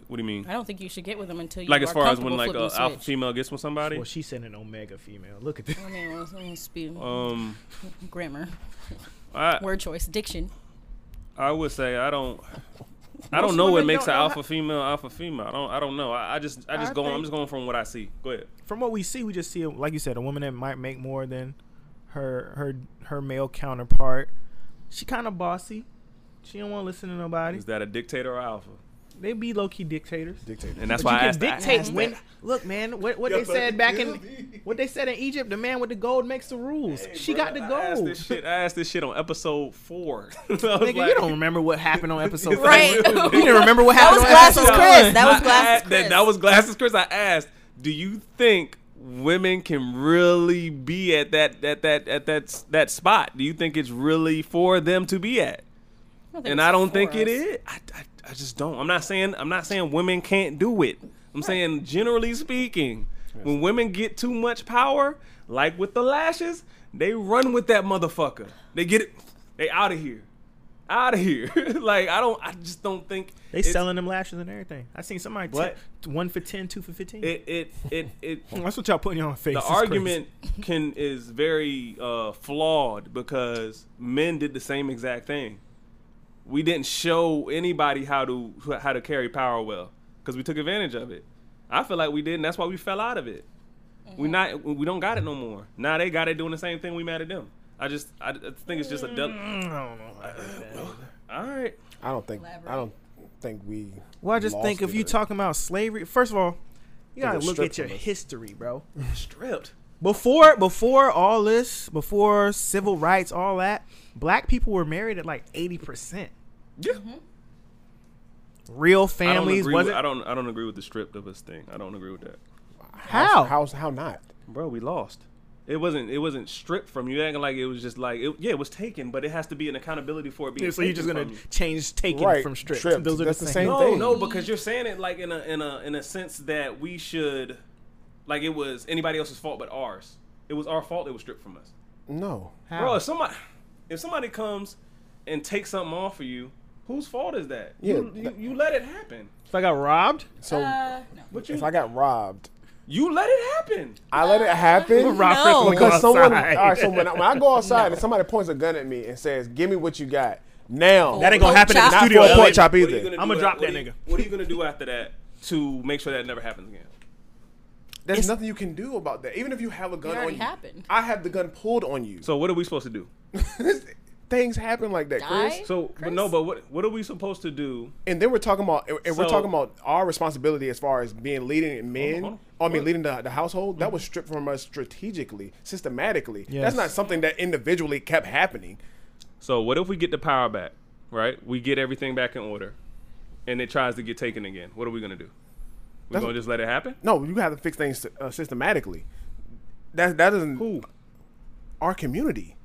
A: What do you mean?
F: I don't think you should get with them until you
A: Like
F: are
A: as far as when
F: comfortable
A: like
F: flipping
A: a
F: the
A: alpha
F: switch.
A: female gets with somebody.
E: Well, she sent an omega female. Look at this.
F: I mean, well, it's- it's be
A: Um,
F: grammar,
A: I
F: word choice, diction.
A: I would say I don't. I don't
D: Most
A: know what
D: women
A: makes
D: don't
A: an
D: know
A: alpha
D: how-
A: female alpha female. I don't. I don't know. I, I just. I just
D: I
A: go. I'm
D: think-
A: just going from what I see. Go ahead.
E: From what we see, we just see, a, like you said, a woman that might make more than her her her male counterpart. She kind of bossy. She don't want to listen to nobody.
A: Is that a dictator or alpha?
E: They be low key dictators.
D: Dictator.
A: And that's
E: But
A: why I
E: you
A: asked.
E: can
A: that.
E: dictate when. Look, man, what, what they
D: Yo,
E: said back in
D: Jimmy.
E: what they said in Egypt, the man with the gold makes the rules. she got the
A: I asked,
E: gold.
A: this shit, I asked this shit on episode four.
E: Nigga, you don't remember what happened on episode four.
F: Right.
E: You didn't remember what
F: That
E: happened
F: was
E: on
F: Glasses
E: episode
F: Chris.
E: one.
F: That was
A: I
F: Glasses
A: asked-
F: Chris.
A: That, that was glasses, Chris. I asked, do you think women can really be at that at that at that s- that spot? Do you think it's really for them to be at?
F: don't think
A: And
F: it's
A: I don't
F: for
A: think it
F: us.
A: is. I, I, I just don't. I'm not saying I'm not saying women can't do it. I'm saying generally speaking, when women get too much power, like with the lashes, they run with that motherfucker. They get it. They out of here. Out of here. like I don't. I just don't think
E: They
A: it's-
E: selling them lashes and everything. I seen somebody
A: What?
E: t- one for ten, two for fifteen.
A: it. It it it.
E: That's what y'all putting on face.
A: the
E: It's
A: argument can is very uh, flawed because men did the same exact thing. We didn't show anybody how to how to carry power well because we took advantage of it. I feel like we did, and that's why we fell out of it. We not we don't got it no more. Now they got it doing the same thing. We mad at them. I just I, I think it's just a del-
E: crazy. I don't know. about that.
A: all right.
D: I don't think. I
F: Elaborate.
D: don't think we.
E: Well, I just
D: lost
E: think if
D: it
E: you
D: or-
E: talking about slavery, first of all, you gotta
D: it's
E: look
D: stripped
E: at your
D: from us.
E: history, bro.
A: Stripped.
E: Before before all this, before civil rights, all that, black people were married at like eighty percent.
A: Yeah.
E: Real
A: I don't,
E: families
A: agree with,
E: wasn't
A: I don't I don't agree with the stripped of us thing. I don't agree with that.
E: how.
D: How's how not?
A: bro, we lost. It wasn't. It wasn't stripped from you. Acting like it was just like, it, yeah, it was taken, but it has to be an accountability for it being.
E: Yeah, so you're
A: taken
E: just gonna
A: from you. um,
E: change taken
D: Right,
E: from stripped.
D: stripped.
E: Those are
D: That's
E: the
D: the
E: same.
D: same
A: No,
D: thing.
A: no, because you're saying it like in a in a in a sense that we should, like it was anybody else's fault but ours. It was our fault. It was stripped from us,
D: No.
E: How?
A: bro. If somebody, if somebody comes and takes something off of you, whose fault is that?
D: Yeah,
A: you, you, you let it happen.
E: if I got robbed,
D: So
F: Uh, no.
A: But you,
D: if I got robbed,
A: you let it happen.
D: I let it happen.
E: rob
F: Uh,
E: Chris when I
F: No.
E: go
D: Because someone, all
E: outside.
D: right, so when I, when I go outside and somebody points a gun at me and says, "Give me what you got," now
E: that ain't gonna
F: Pork
E: happen in
F: chop.
E: the
F: Not
E: studio.
D: for a pork
E: later.
D: chop
A: What are you
D: either.
A: gonna do
E: I'ma
A: a-
E: drop
A: what
E: that
A: are you-
E: nigga.
A: What are you gonna do after that to make sure that never happens again?
D: there's
E: It's-
D: nothing you can do about that. Even if you have a gun
F: already
D: on you,
F: happened.
D: I have the gun pulled on you.
A: So what are we supposed to do?
D: Things happen like that, Chris.
F: Die?
A: So, but
F: Chris?
A: no, but what what are we supposed to do?
D: And then we're talking about, and and
A: So-
D: we're talking about our responsibility as far as being leading men.
A: hold on. Mm-hmm.
D: I mean, leading the, the household. That was stripped from us strategically, systematically.
E: Yes.
D: That's not something that individually kept happening.
A: So, what if we get the power back? Right, we get everything back in order, and it tries to get taken again. What are we gonna do? We're
D: That's-
A: gonna just let it happen?
D: No, you have to fix things uh, systematically. That that doesn't
A: Who?
D: our community.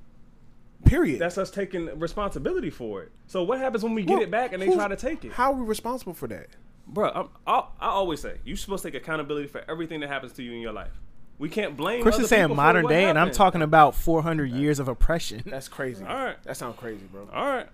D: Period.
A: That's us taking responsibility for it. So, what happens when we get
D: Well,
A: it back and they
D: who's-
A: try to take it?
D: How are we responsible for that?
A: Bruh, I'm, I, I always say you're supposed to take accountability for everything that happens to you in your life. We can't blame.
E: Chris
A: other
E: is saying
A: people for
E: modern
A: what
E: day, and I'm
A: happened.
E: talking about 400 years of oppression.
D: That's crazy. All
A: right.
D: That sounds crazy, bro.
A: All right.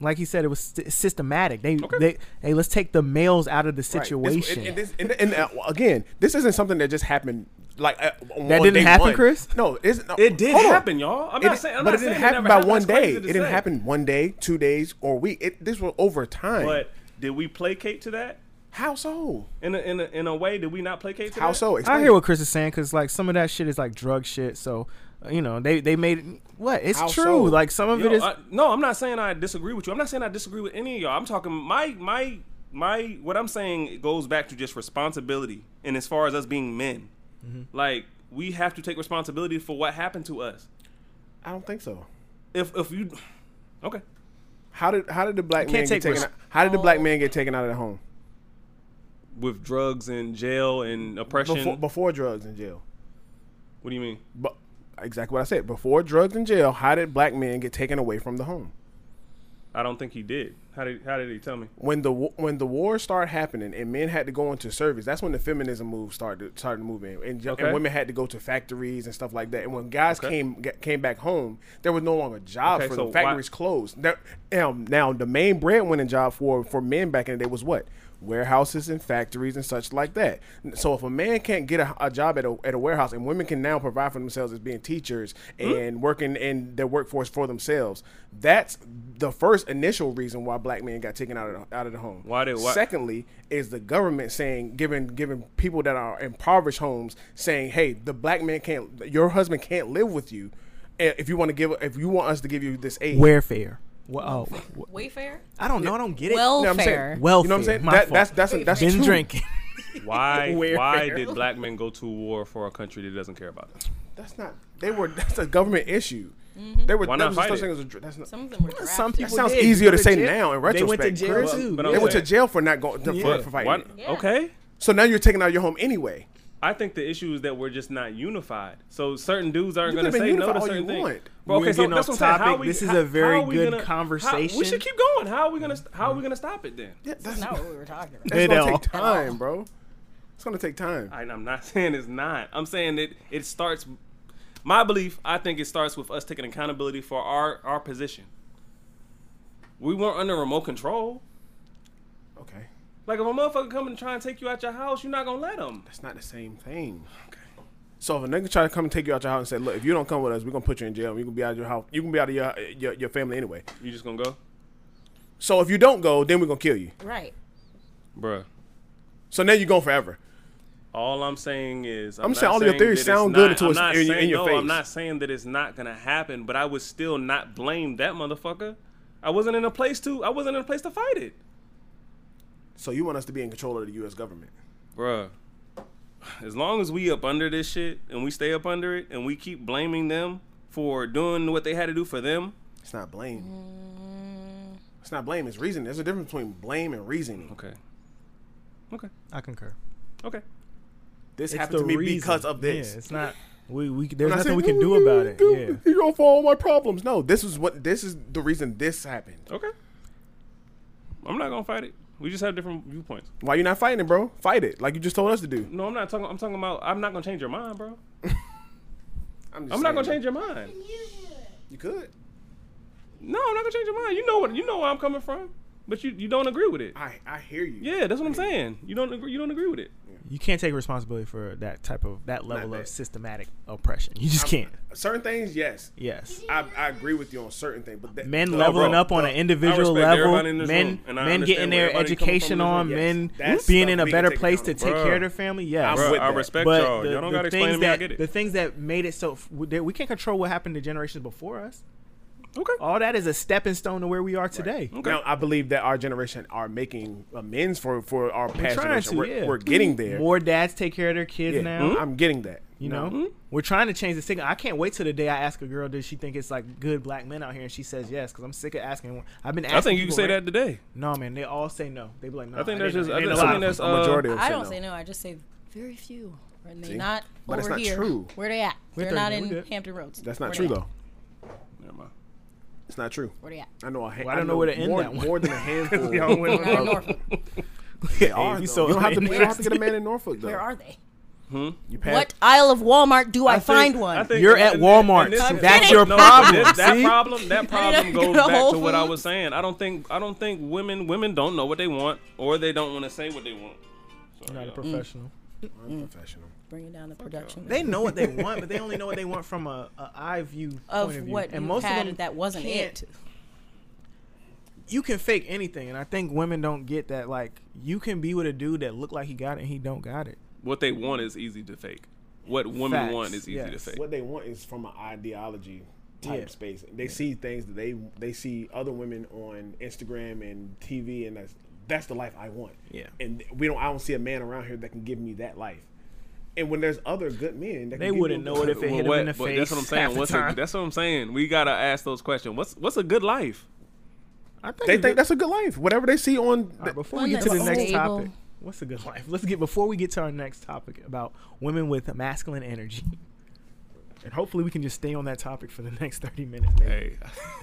E: Like he said, it was st- systematic. They,
A: Okay.
E: they, hey, let's take the males out of the
D: Right. This-
E: situation.
D: and- and this- and- and, uh, again, this isn't something that just happened. Like uh, on
E: That didn't
D: day
E: happen,
D: one.
E: Chris?
D: No, it's, no,
A: It did
D: hold on.
A: happen, y'all. I'm
D: It-
A: not saying, I'm
D: but
A: not
D: it didn't
A: saying
D: happen
A: never
D: by
A: happened.
D: one
A: That's crazy
D: day.
A: to
D: It didn't
A: say.
D: happen one day, two days, or a week. It, this was over time.
A: But did we placate to that?
D: how so?
A: In a, in a, in a way, did we not placate to
D: How
A: that?
D: so?
E: I
D: Explain
E: hear
D: it.
E: what Chris is saying because like some of that shit is like drug shit. So uh, you know they they made it- what it's
D: How
E: true.
D: so?
E: Like some of
A: Yo,
E: it is
A: I- no, I'm not saying I disagree with you. I'm not saying I disagree with any of y'all. I'm talking my my my. What I'm saying it goes back to just responsibility, and as far as us being men,
D: Mm-hmm.
A: like we have to take responsibility for what happened to us.
D: I don't think so.
A: If if you, okay,
D: How did how did the black
E: You
D: man
E: can't take
D: get taken?
E: res-
D: Out, how did the
A: Oh.
D: black man get taken out of the home
A: with drugs and jail and oppression.
D: before before drugs and jail?
A: what do you mean?
D: But exactly what I said. Before drugs and jail, how did black men get taken away from the home?
A: I don't think he did. How did how did he tell me?
D: When the wa- when the war started happening and men had to go into service, that's when the feminism move started started moving, and, jo-
A: Okay.
D: and women had to go to factories and stuff like that. And when guys
A: Okay.
D: came g- came back home, there was no longer jobs
A: Okay,
D: for
A: so
D: them.
A: why-
D: Factories closed. There, um, now the main breadwinning job for for men back in the day was what warehouses and factories and such like that. So if a man can't get a, a job at a, at a warehouse, and women can now provide for themselves as being teachers
A: Mm-hmm.
D: and working in their workforce for themselves, that's the first initial reason why black men got taken out of the, out of the home.
A: Why did- why-
D: Secondly, is the government saying giving giving people that are impoverished homes saying, hey, the black man can't, your husband can't live with you. eh, If you want to give, if you want us to give you this aid,
E: Warfare. Well, oh, wh-
F: Wayfair?
E: I don't know. I don't get it.
D: You know what I'm saying?
F: Welfare.
E: Welfare.
D: You know what I'm saying?
E: My
D: That,
E: fault.
D: that's that's that's
E: been
D: two.
E: drinking.
A: Why?
D: Where-
A: why
D: where?
A: did black men go to war for a country that doesn't care about them?
D: That's not. They were. That's a government issue. They were.
A: Why
D: that
A: not
D: was such
A: fight it?
D: thing as a dr- that's not-
F: Some of them were drafted.
E: Some
D: that
E: people
D: sounds
E: did.
D: easier
E: They
D: to say
E: jail-
D: now in
E: They
D: retrospect.
E: went to jail
D: Chris.
E: too.
A: But
D: They
A: I'm
D: went to
A: saying-
D: jail for not going to, for,
E: Yeah.
D: for
A: Why,
D: fighting. it.
F: Yeah.
A: Okay.
D: So now you're taking out your home anyway.
A: I think the issue is that we're just not unified. So certain dudes aren't
D: You
A: going to
D: could've
A: say
D: been
A: no to
D: unified all
A: certain
D: you
A: things.
D: want.
A: Bro,
E: We're getting
A: that's
E: off
A: what I'm saying. How
E: topic.
A: we-
E: This is
A: how-
E: a very
A: how are we
E: good
A: gonna- how-
E: conversation.
A: we should keep going. How are we going to? How are we going to stop it then?
D: Yeah,
F: That's
D: that's
F: not what we were talking about.
D: that's gonna
E: At all.
D: take time, bro. It's gonna take time.
A: I, I'm not saying it's not. I'm saying that it starts. My belief, I think, it starts with us taking accountability for our our position. We weren't under remote control.
D: Okay,
A: Like if a motherfucker come and try and take you out your house, you're not gonna let him.
D: that's not the same thing. Okay. So if a nigga try to come and take you out your house and say, "Look, if you don't come with us, we're gonna put you in jail. and You can be out of your house. You can be out of your your, your family anyway.
A: You just gonna go,
D: So if you don't go, then we're gonna kill you.
F: Right.
A: bruh.
D: So now you're gone forever.
A: All I'm saying is, I'm,
D: I'm
A: not
D: saying all your
A: that
D: theories
A: it's
D: sound
A: not-
D: good until
A: I'm
D: it's
A: not
D: in- in
A: saying-
D: your
A: no,
D: face.
A: I'm not saying that it's not gonna happen, but I would still not blame that motherfucker. I wasn't in a place to. I wasn't in a place to fight it,
D: So you want us to be in control of the U.S. government?
A: bruh. As long as we up under this shit and we stay up under it and we keep blaming them for doing what they had to do for them,
D: It's not blame. It's not blame. It's reason. There's a difference between blame and reasoning.
A: okay, okay,
E: I concur.
A: okay.
D: This
E: It's
D: happened
E: the
D: to me
E: reason.
D: because of this.
E: Yeah, it's not. We, we there's
D: And I
E: nothing
D: said,
E: we can do about it. Yeah.
D: You're gonna follow my problems. No, this is what. This is the reason this happened.
A: Okay. I'm not gonna fight it. We just have different viewpoints.
D: Why you not fighting, it, bro? Fight it, like you just told us to do.
A: No, I'm not talking. I'm talking about. I'm not gonna change your mind, bro.
D: just
A: I'm not
D: saying.
A: gonna change your mind.
D: You could.
A: No, I'm not gonna change your mind. You know what? You know where I'm coming from, but you you don't agree with it.
D: I I hear you.
A: Yeah, that's what I'm saying. You don't agree. You don't agree with it.
E: You can't take responsibility for that type of that level of
D: that.
E: systematic oppression. You just can't.
D: Certain things, yes.
E: Yes.
D: I, I agree with you on certain things, but that,
E: Men
D: No,
E: leveling
A: bro,
E: up on
A: no,
E: an
A: I
E: individual
A: respect
E: level,
A: everybody in this
E: men
A: room, and I
E: men
A: understand
E: getting
A: where
E: their
A: everybody coming from in
E: education
A: this room.
E: on,
A: Yes,
E: men
D: that's
E: being
D: stuff
E: in a
D: we can
E: better
D: take
E: place to
D: accountability.
E: take
A: Bruh.
E: care of their family. Yes,
D: I'm
A: Bro,
D: with
A: I
D: that.
A: respect
E: but
A: y'all.
E: the,
A: y'all don't
E: the
A: gotta explain
E: things
A: to me.
E: that
A: I get
E: the
A: it.
E: things that made it so f- that we can't control what happened to generations before us.
A: Okay.
E: All that is a stepping stone to where we are today.
A: Okay.
D: Now I believe that our generation are making amends for for our past
E: trying
D: generation.
E: to,
D: we're,
E: yeah.
D: we're getting there.
E: More dads take care of their kids
D: Yeah,
A: Hmm?
E: now.
D: I'm getting that.
E: You know, we're trying to change the stigma. I can't wait till the day I ask a girl, does she think it's like good black men out here, and she says yes, because I'm sick of asking. I've been. Asking
A: I think you can
E: people,
A: say
E: right?
A: that today.
E: No, man, they all say no. They be like, no.
A: I think there's just. I
E: ain't
A: think,
E: a
A: I
E: lot
A: think
E: of
A: there's
E: them.
D: A majority
A: uh,
D: of
F: I
D: say
F: don't
D: no.
F: say no. I just say very few. And they
D: See?
F: not
D: But
F: over
D: that's not
F: here.
D: true.
F: Where they at?
E: We're
F: They're not
E: 30, we
F: in
E: good.
F: Hampton Roads.
D: That's not true
F: Where they at?
D: though.
A: Never mind.
D: It's not true.
F: Where they at?
D: I know a ha-
E: Well, I don't know where to end
D: more,
E: that one.
D: More than a handful.
E: Y'all
D: you
E: went
F: They're not
E: on.
F: in Norfolk.
E: They
D: are,
E: are,
D: though.
E: so
D: you don't have to. You don't have to
E: uninterested.
D: get a man in Norfolk though.
F: Where are they?
D: you pass,
F: What aisle of Walmart do I,
A: think-
F: find one?
A: I think-
E: You're at
A: and-
E: Walmart.
A: and this is-
E: That's your
A: no,
E: problem,
A: That, that
E: see?
A: problem, that problem
F: Get
A: goes
F: a
A: back
F: Whole
A: to what I
F: Foods.
A: was saying. I don't think, I don't think women, women don't know what they want, or they don't want to say what they want. Sorry,
E: Not a
A: y'all.
E: professional.
D: I'm professional.
F: Bringing down the production
E: They know what they want, but they only know what they want from a, a eye view
F: of
E: point of view.
F: what
E: and
F: you
E: most
F: had
E: of them
F: that wasn't
E: can't-
F: it.
E: You can fake anything, and I think women don't get that. Like, you can be with a dude that look like he got it and he don't got it.
A: What they want is easy to fake. What women
E: Facts,
A: want is easy to
E: yes.
A: fake.
D: What they want is from an ideology type
E: Yeah.
D: space. They see things that they they see other women on Instagram and TV, and that's that's the life I want.
E: Yeah.
D: and we don't. I don't see a man around here that can give me that life. And when there's other good men, that can
E: They
D: give you
E: wouldn't
D: a-
E: know it if it
A: Well,
E: hit
A: what-
E: him in the
A: but
E: face.
A: That's what I'm
E: half
A: saying.
E: the
A: What's a,
E: time.
A: that's what I'm saying. We gotta ask those questions. What's what's a good life?
E: I think
D: They
E: it's
D: think
E: good-
D: that's a good life. Whatever they see on.
E: All right, before
F: One
E: we get to
F: that's
E: the next
F: stable.
E: topic, what's a good life? Let's get before we get to our next topic about women with masculine energy, and hopefully we can just stay on that topic for the next thirty minutes. Maybe.
A: Hey,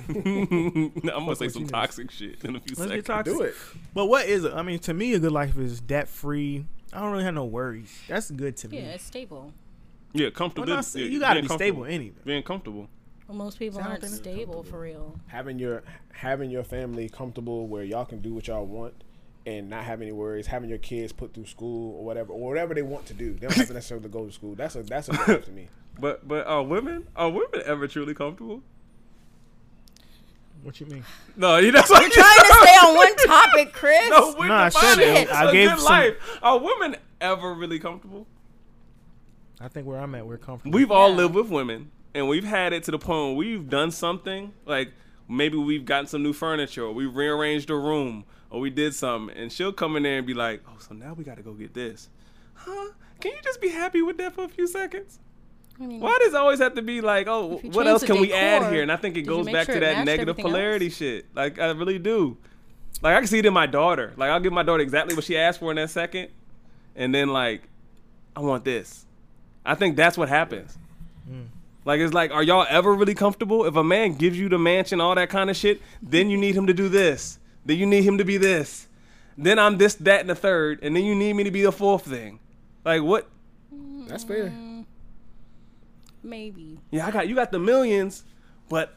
A: I'm gonna say
E: what you
A: some
E: know.
A: toxic shit in a few
E: Let's get
A: seconds.
E: toxic.
D: do it.
E: But what is it? I mean, to me, a good life is debt free. I don't really have no worries. That's good to me.
F: Yeah, it's stable.
A: Yeah, comfortable.
E: Well, no, see,
A: yeah,
E: you gotta
A: being
E: be
A: comfortable.
E: stable anyway.
A: Being comfortable.
F: Well, most people
E: Sound
F: aren't
E: thing is
F: stable for real.
D: Having your having your family comfortable where y'all can do what y'all want and not having any worries, having your kids put through school or whatever, or whatever they want to do. They don't have to necessarily go to school. That's a that's a goal to me.
A: But but are women are women ever truly comfortable?
E: What you mean?
A: No, you know what I'm
F: Trying to stay on one topic, Chris.
A: No, we
E: Nah,
A: nah,
E: shut
F: it.
E: I
A: I
E: gave
A: gave good
E: some-
A: life. Are women ever really comfortable?
E: I think where I'm at, we're comfortable.
A: We've all
F: Yeah.
A: lived with women, and we've had it to the point where we've done something like maybe we've gotten some new furniture, or we rearranged a room, or we did something, and she'll come in there and be like, "Oh, so now we got to go get this, huh? Can you just be happy with that for a few seconds?"
F: I mean,
A: Why does it always have to be like, oh,
F: If you
A: what
F: change
A: else
F: the
A: can we add
F: decor,
A: here? And I think it
F: did you
A: goes
F: make
A: back
F: sure
A: to
F: it
A: that
F: matched
A: negative
F: everything
A: polarity
F: else?
A: shit. Like, I really do. Like, I can see it in my daughter. Like, I'll give my daughter exactly what she asked for in that second. And then, like, I want this. I think that's what happens. Like, it's like, are y'all ever really comfortable? If a man gives you the mansion, all that kind of shit, then you need him to do this. Then you need him to be this. Then I'm this, that, and the third. And then you need me to be the fourth thing. Like, what?
D: That's fair.
F: maybe.
A: yeah, I got you got the millions, but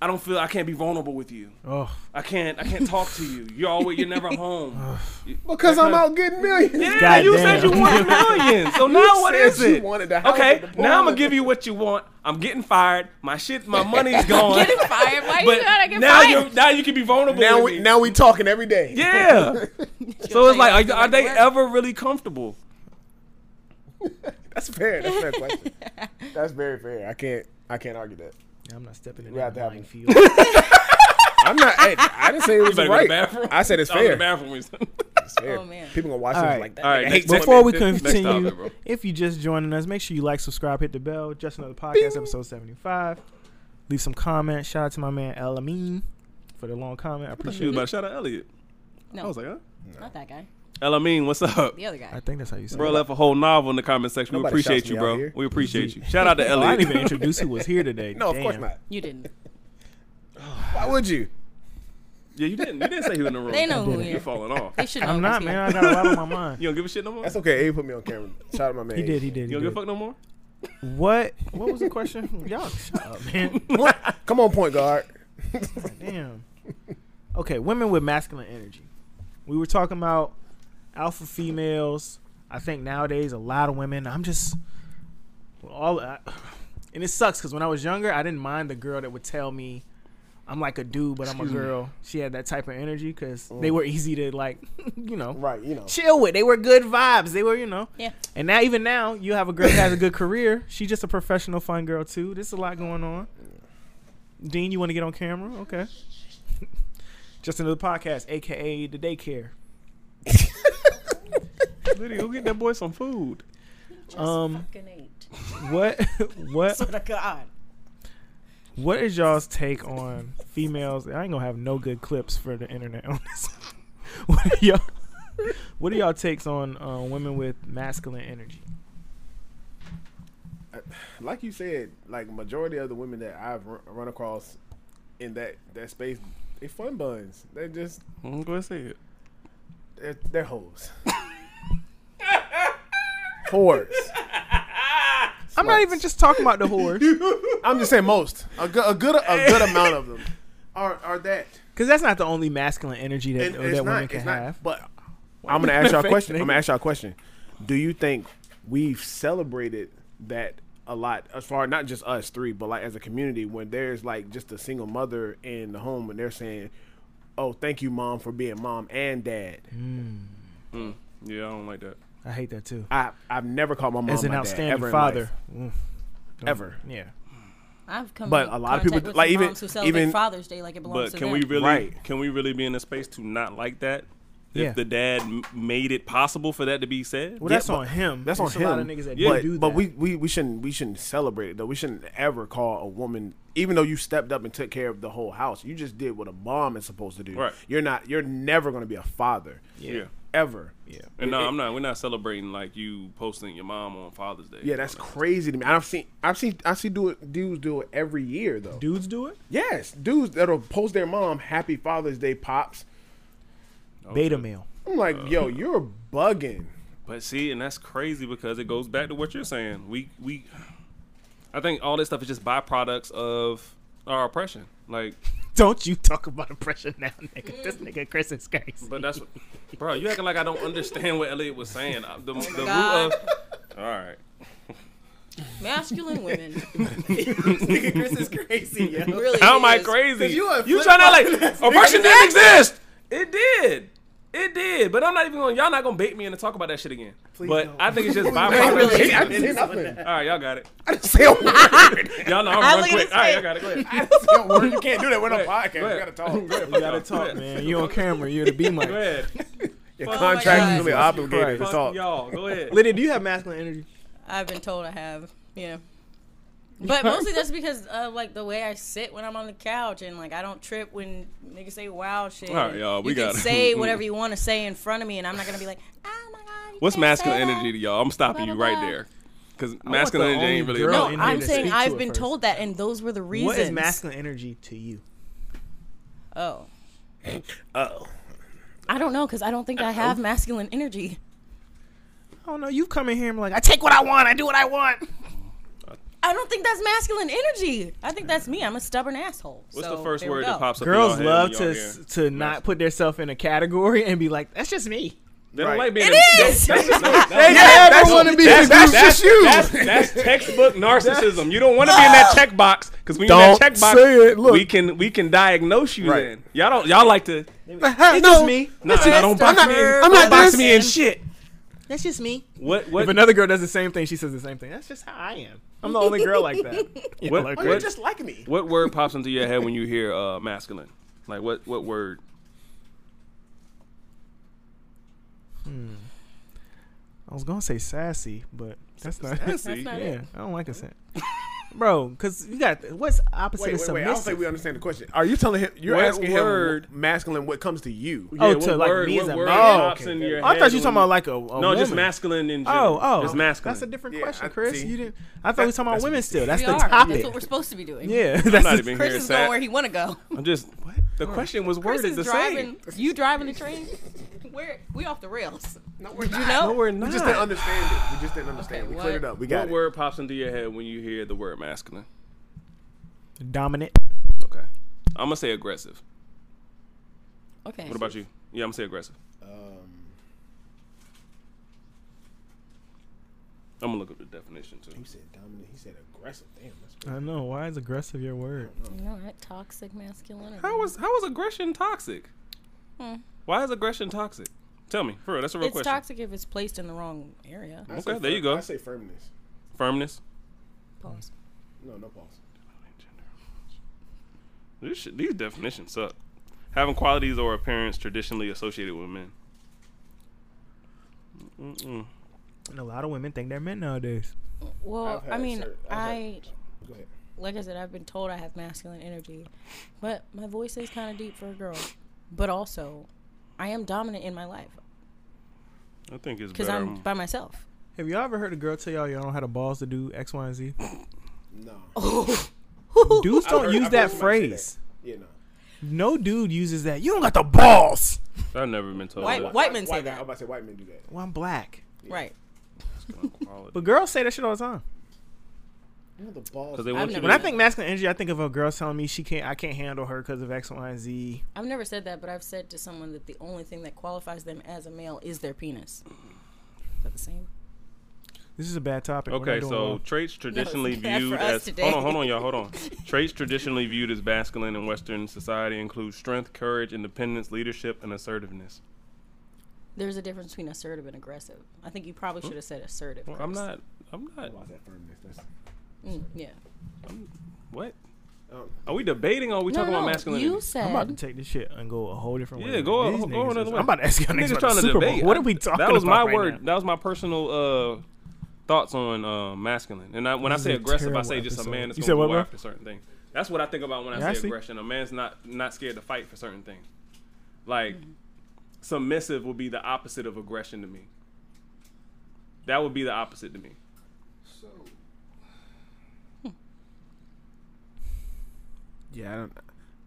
A: I don't feel I can't be vulnerable with you.
E: Oh,
A: I can't I can't talk to you. You're always you're never home.
D: Because I'm out getting millions.
A: Yeah,
E: God
A: you
E: damn.
A: said you wanted millions. So now what
D: said
A: is
D: you
A: it?
D: wanted the house
A: Okay,
D: with the pool
A: now I'm gonna
D: and
A: give you what you want. I'm getting fired. My shit, my money's gone.
F: Getting fired? Why
A: but
F: you gotta get
A: now
F: fired?
A: you now you can be vulnerable.
D: Now
A: with
D: we
A: me.
D: now we talking every day.
A: yeah. so it's like, are, are they ever really comfortable?
D: That's fair. That's fair question. That's very fair. I can't I can't argue that.
E: yeah, I'm not stepping in
D: We'll have
E: that
D: to have
E: minefield.
D: I'm not. hey, I didn't say it was
A: better go to the
D: right.
A: bathroom.
D: I said it's
A: I was in Oh, the
D: fair.
A: bathroom. with some-
D: It's fair.
F: Oh, man.
D: People gonna watch
E: All
D: this
E: right.
D: like that.
A: All right,
D: nigga
A: next
D: hates
A: topic.
D: women.
E: Before we
A: Next topic, bro.
E: continue, if you just joining us, make sure you like, subscribe, hit the bell. Just another podcast, episode seventy-five. Leave some comments. Shout out to my man El Amin for the long comment. I
A: She was
E: appreciate
A: about
E: it.
A: to shout out Elliot.
F: No,
A: I was like, huh?
F: not that guy.
A: Elamine, what's up?
F: The other guy.
E: I think that's how you say.
A: Bro
E: it.
A: left a whole novel in the comment section.
D: Nobody
A: we
D: shouts
A: appreciate you,
D: me out
A: bro.
D: here.
A: We appreciate you. Shout out to
E: Oh, I didn't even
A: Elliot.
E: introduce who was here today.
D: No, of course
E: Damn.
D: not.
F: you didn't.
D: Why would you?
A: yeah, you didn't. You didn't say he was in the room.
F: They know who
A: You're
F: you
A: falling off.
F: They should know.
E: I'm not,
F: who's here.
E: man. I got a lot on my mind.
A: You don't give a shit no more.
D: That's okay. Abe put me on camera. Shout out my man.
E: He
D: Abe.
E: did. He did.
A: you
E: He
A: don't
E: did.
A: give a fuck no more.
E: What? What was the question? Y'all, shut up, man.
D: Come on, point guard.
E: Damn. Okay, women with masculine energy. We were talking about alpha females. I think nowadays a lot of women. I'm just well, all, I, and it sucks because when I was younger, I didn't mind the girl that would tell me I'm like a dude, but I'm a girl. She had that type of energy because they were easy to like, you know,
D: Right. You know.
E: chill with. They were good vibes. They were, you know.
F: Yeah.
E: And now, even now, you have a girl that has a good career. She's just a professional, fun girl too. There's a lot going on. Dean, you want to get on camera? Okay. just another podcast, aka the daycare.
A: Liddy, go get that boy some food.
E: Um,
F: Fucking eight.
E: what, what,
F: Swear to God.
E: what is y'all's take on females? I ain't gonna have no good clips for the internet on this. what are y'all? What are y'all takes on uh, women with masculine energy?
D: like you said, like majority of the women that I've run, run across in that that space, they fun buns. They just
A: Mm, Go ahead, say it.
D: they're, they're hoes. Whores.
E: I'm not even just talking about the whores.
D: I'm just saying most. A good a good a good amount of them are are that.
E: Because that's not the only masculine energy that,
D: And
E: that
D: it's
E: women
D: not.
E: can
D: It's not.
E: have.
D: But I'm gonna ask y'all a
E: Fake
D: question. I'm
E: nigga.
D: gonna ask y'all a question. Do you think we've celebrated that a lot as far not just us three, but like as a community when there's like just a single mother in the home and they're saying, "Oh, thank you, mom, for being mom and dad."
E: Mm-hmm.
A: Yeah, I don't like that.
E: I hate that too.
D: I I've never called my mom
E: As an
D: my dad
E: outstanding
D: ever in
E: father,
D: life.
E: Mm. Don't-
D: ever.
E: yeah.
F: I've come.
D: But
F: in
D: a lot of people-
F: contact with
D: like,
F: some
D: even-
F: moms who celebrate
D: even-
F: Father's Day like it
A: But
F: belongs to
A: can
F: them.
A: we really?
D: Right.
A: Can we really be in a space to not like that? If
E: Yeah.
A: the dad m- made it possible for that to be said,
E: Well,
D: Yeah,
E: that's
D: but-
E: on him.
D: That's
E: There's
D: on
E: a
D: him.
E: lot of niggas that
A: Yeah.
E: do do that.
D: but we, we we shouldn't we shouldn't celebrate it though. We shouldn't ever call a woman, even though you stepped up and took care of the whole house. You just did what a mom is supposed to do.
A: Right.
D: You're not. You're never going to be a father.
A: yeah.
D: Ever.
E: yeah.
A: And no, I'm not. We're not celebrating like you posting your mom on Father's Day.
D: Yeah, that's crazy to me. I've seen I've seen I see do it dudes do it every year though.
E: Dudes do it.
D: Yes, dudes that'll post their mom Happy Father's Day pops.
E: Beta male.
D: I'm like, yo, you're bugging.
A: But see, and that's crazy because it goes back to what you're saying. We we, I think all this stuff is just byproducts of our oppression. Like
E: Don't you talk about oppression now, nigga. This nigga Chris is crazy.
A: But that's, what, bro. You acting like I don't understand what Elliot was saying. I- The, the root
F: Oh God.
A: of, all right.
F: Masculine women.
C: nigga Chris is crazy, yo.
F: Really
A: How am I
F: is.
A: crazy?
C: 'Cause you
A: You,
C: a
A: trying to like
C: flip-flop ass
A: oppression didn't exist. It did. It did. But I'm not even going. to Y'all not gonna bait me into talk about that shit again. but
C: don't.
A: I think it's just
D: I
A: byproduct.
D: ain't really. I didn't say
A: All
D: nothing.
A: right, y'all got it.
D: I didn't say a word.
A: Y'all know I'm
F: I
A: run
F: look at
A: quick.
F: his
A: All right,
F: face.
A: y'all got it. Go ahead.
D: I didn't say a word. You can't do that. We're on a
A: Go ahead.
D: podcast.
A: Go
D: We gotta
A: ahead.
D: talk.
E: You gotta talk, man. You on camera. You're the B mic.
A: Go ahead.
D: Your
F: Oh my
D: contract
F: God.
D: is really obligated to
A: Fuck
D: talk.
A: y'all. Go ahead.
E: Lydia, do you have masculine energy?
F: I've been told I have. Yeah. But mostly that's because of like the way I sit when I'm on the couch and like I don't trip when niggas say wild shit.
A: All right, y'all, we
F: you can
A: got it.
F: say whatever you want to say in front of me and I'm not gonna be like, oh my god. you
A: What's
F: can't
A: masculine
F: say that."
A: energy to y'all? I'm stopping
F: Blah,
A: you
F: blah,
A: right
F: blah.
A: there, because
E: want
A: masculine
E: Oh, the
A: energy
E: only
A: ain't really.
E: girl
A: about
F: No,
E: Oh, you need
F: I'm
E: to
F: saying
E: speak to
F: I've
E: it
F: been
E: first.
F: told that and those were the reasons.
E: What is masculine energy to you?
F: Oh.
D: Oh,
F: I don't know because I don't think I have masculine energy.
E: I don't know. You come in here and be like, I take what I want. I do what I want.
F: I don't think that's masculine energy. I think that's me. I'm a stubborn asshole.
A: What's
F: So,
A: the first
F: there we
A: word
F: go.
A: that pops up? in
E: Girls
A: y'all head
E: love
A: when
E: to
A: y'all
E: s-
A: hear?
E: to not put themselves in a category and be like, that's just me.
A: They don't
D: Right.
A: like being.
F: It
A: in-
F: is!
A: That's, that's,
E: They never want to be
D: that's-
E: reduced.
D: that's you.
A: that's, that's textbook narcissism. You don't want to be in that checkbox because when you're in that
D: Don't
A: checkbox,
D: say it. Look.
A: we can we can diagnose you.
D: Right.
A: Then y'all don't y'all like to.
E: That's just me.
A: Nah, nah, don't box me. in-
F: I'm
A: don't
F: not
A: box
F: this.
A: me in shit.
E: That's just me.
A: What
E: If
A: what
E: another girl does the same thing, she says the same thing. That's just how I am. I'm the only girl like that. You know,
A: What-
E: like,
A: what-
D: you
E: what-
D: just like me.
A: what word pops into your head when you hear uh, masculine? Like what what word?
E: I was gonna say sassy, but that's not.
A: Sassy?
F: not
E: yeah, I don't like a sass. Bro, because you got what's opposite
D: Wait,
E: of
D: wait, wait. I don't think
E: submissive?
D: we understand the question. Are you telling him? You're
A: What
D: asking
A: word-
D: him masculine. What comes to you?
E: Oh,
A: what
E: to, like,
A: word-
E: me as
A: what
E: a
A: word
E: man.
A: pops
D: Oh,
A: in
D: okay.
A: your
E: I
A: head
E: thought you
A: when
E: were talking about like a, a
A: no,
E: woman.
A: just masculine in general.
E: Oh, oh,
A: just masculine.
E: That's a different
D: Yeah,
E: question,
D: I-
E: Chris.
D: see.
E: You didn't. I thought we were talking about
D: That's-
E: women still. That's
F: We
E: the
F: are.
E: topic.
F: That's what we're supposed to be doing.
E: yeah,
A: I'm
E: that's
A: not
E: the-
A: even
F: Chris
A: here.
F: is going where
A: Sad.
F: he want to go.
A: I'm just what the question was
F: Chris
A: worded
F: is
A: the
F: driving. You driving the train? Where we off the rails?
D: No,
F: Did you know?
A: same. No, we're
D: We
A: not.
D: just didn't understand it. We just didn't understand.
F: Okay,
D: we
F: what-
D: cleared it up. We got
A: What
D: it.
A: word pops into your head when you hear the word masculine?
E: dominant.
A: Okay, I'm gonna say aggressive.
F: Okay.
A: What about you? Yeah, I'm gonna say aggressive.
D: Um,
A: I'm gonna look up the definition too.
D: he said dominant. He said aggressive. Damn, that's crazy.
E: I know. Why is aggressive your word?
F: you know that toxic masculinity?
A: How is how is aggression toxic?
F: Hmm.
A: Why is aggression toxic? Tell me, for real. That's a real
F: it's
A: question. Mm-hmm.
F: toxic if it's placed in the wrong area.
D: I
A: Okay,
D: say
A: there you
D: firm-
A: go.
D: I say firmness.
A: Firmness.
F: Pause.
D: No, no pause.
A: This shit, these definitions suck. Having qualities or appearance traditionally associated with men. Mm-mm.
E: And a lot of women think they're men nowadays.
F: Well,
D: I've had
F: I mean,
D: cer- I've had-
F: I
D: Go ahead.
F: like I said, I've been told I have masculine energy, but my voice is kind of deep for a girl. But also, I am dominant in my life
A: I think it's
F: because
A: better.
F: I'm by myself.
E: Have y'all ever heard a girl tell y'all y'all don't have the balls to do X, Y, and Z?
D: No.
E: Dudes
D: I've
E: don't
D: heard-
E: use
D: I've heard
E: that
D: somebody say
E: phrase.
D: Yeah, no.
E: No dude uses that. You don't got the balls.
A: I've never been told
F: White-
A: that.
F: white men say
D: guy-
F: that.
D: I'm about to say white men do that.
E: Well, I'm black.
F: Right.
E: But girls say that shit all the time.
D: You know the balls.
A: Because they want
F: I've
A: you
E: When I
A: to
F: never-
E: think masculine energy, I think of a girl telling me she can't, I can't handle her because of X, Y, and Z.
F: I've never said that, but I've said to someone that the only thing that qualifies them as a male is their penis. Is that the same?
E: This is a bad topic. We're
A: Okay,
E: not doing
A: so
E: well.
A: traits traditionally
F: bad for
A: viewed
F: us
A: as
F: today.
A: hold on, hold on, y'all, hold on. traits traditionally viewed as masculine in Western society include strength, courage, independence, leadership, and assertiveness.
F: There's a difference between assertive and aggressive. I think you probably should have said assertive.
A: Well, I'm
F: first.
A: not. I'm not.
D: Why is that firmness? That's,
F: Mm, yeah.
A: What?
D: um,
A: Are we debating? or Are we
F: no,
A: talking
F: no,
A: about masculinity?
F: You
E: I'm about to
F: said
E: take this shit and go a whole different way.
A: Yeah, go-
E: These
A: go
E: niggas
A: another
E: is-
A: way.
E: I'm about to ask y'all niggas,
A: Niggas
E: about
A: trying
E: the
A: to
E: Super Bowl.
A: debate.
E: What are
A: I-
E: we talking about?
A: That was my
E: right
A: word.
E: now?
A: That was my personal uh, thoughts on uh, masculine. And I, when
E: This
A: I say
E: is a
A: aggressive, I
E: terrible
A: say just a
E: episode.
A: man that's
E: You
A: going
E: said
A: to
E: what,
A: go
E: bro?
A: after certain things. That's what I think about when I
E: Yeah, I
A: say
E: see.
A: aggression. A man's not not scared to fight for certain things. Like submissive would be the opposite of aggression to me. That would be the opposite to me.
D: yeah,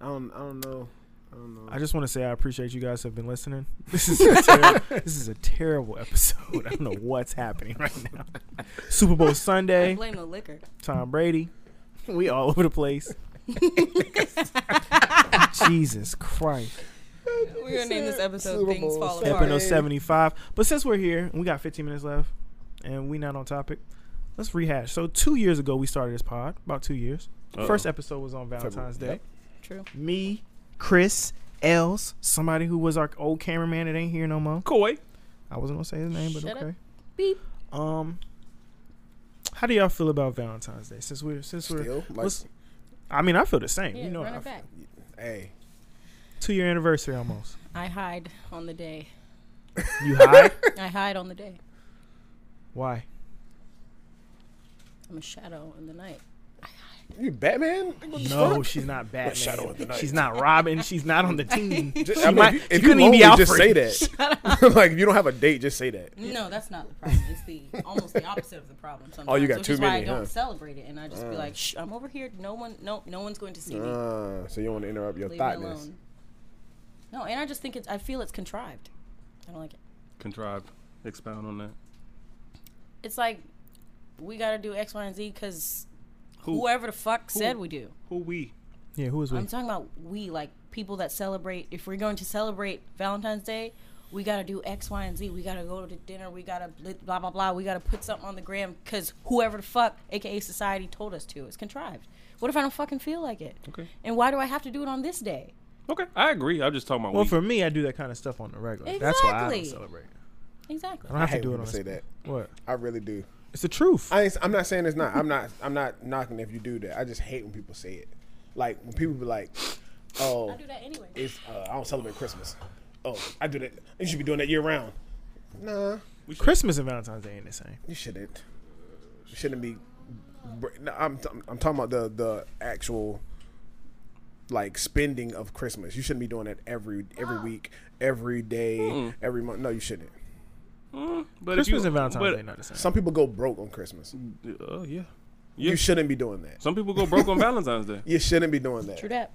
D: I don't, I don't, I don't know. I don't know.
E: I just want to say I appreciate you guys have been listening. This is a ter- this is a terrible episode. I don't know what's happening right now. Super Bowl
F: I
E: Sunday,
F: blame the liquor.
E: Tom Brady. We all over the place. Jesus Christ.
F: We're gonna name this episode
D: Super
F: "Things
D: Bowl
F: Fall
D: Sunday.
F: Apart."
E: Episode 75. But since we're here and we got 15 minutes left and we not on topic, let's rehash. So two years ago we started this pod, about two years.
A: Uh-oh.
E: First episode was on Valentine's Day.
D: February.
F: True.
E: Me, Chris, Els, somebody who was our old cameraman that ain't here no more.
A: Coy.
E: I wasn't gonna say his name, but
F: Shut up.
E: okay.
F: Beep.
E: Um how do y'all feel about Valentine's Day? Since we're since we're
D: Still, like,
E: let's- I mean I feel the same.
F: Yeah,
E: you know
F: run
E: how I
F: it back.
D: hey,
E: Two year anniversary almost.
F: I hide on the day.
E: You hide?
F: I hide on the day.
E: Why?
F: I'm a shadow in the night.
D: you Batman?
E: No, she's not Batman.
D: Shadow of the Night.
E: She's not Robin. She's not on the team.
D: Just,
E: She
D: I mean,
E: might-
D: if you,
E: she
D: if you
E: couldn't even be
D: lonely, just say
E: Alfred.
D: that. like, if you don't have a date, just say that.
F: No, that's not the problem. It's the almost the opposite of the problem. Sometimes.
D: Oh, you got
F: which
D: too
F: is Why I
D: many,
F: don't
D: huh? Mm.
F: celebrate it, and I just be like, Shh, I'm over here. No one, no, no one's going to see me.
D: Uh, so you don't want to interrupt your
F: Leave me
D: thoughtness.
F: alone. No, and I just think it's. I feel it's contrived. I don't like it.
A: Contrived. Expound on that.
F: It's like we got to do X, Y, and Z because
A: Who?
F: whoever the fuck said we do.
A: Who we?
E: Yeah, who is we?
F: I'm talking about we, like people that celebrate. If we're going to celebrate Valentine's Day, we gotta do X, Y, and Z. We gotta go to dinner. We gotta bl- blah blah blah. We gotta put something on the gram because whoever the fuck, aka society, told us to. It's contrived. What if I don't fucking feel like it?
A: Okay.
F: And why do I have to do it on this day?
A: Okay, I agree. I'm just talking about
E: Well,
A: we.
E: for me, I do that kind of stuff on the regular. That's why I don't
F: Exactly.
E: celebrate.
F: Exactly.
E: I don't
D: I
E: have
D: hate
E: to do it
D: when
E: on
D: people
E: a-
D: say that.
E: What?
D: I really do.
E: It's the truth.
D: I ain't, I'm not saying it's not. I'm not. I'm not knocking if you do that. I just hate when people say it. Like when people be like, "Oh,
F: I do that anyway.
D: it's uh, I don't celebrate Christmas. Oh, I do that. You should be doing that year round. Nah,
E: Christmas and Valentine's Day ain't the same.
D: you shouldn't. You shouldn't be. br- No, I'm t- I'm talking about the the actual like spending of Christmas. You shouldn't be doing that every every week, every day, every month. No, you shouldn't.
A: Mm, but if
E: Christmas
A: you-
E: and Valentine's
A: but-
E: Day not the same.
D: Some people go broke on Christmas.
A: Uh, yeah.
D: You shouldn't be doing that.
A: Some people go broke on Valentine's Day.
D: You shouldn't be doing that.
F: True that.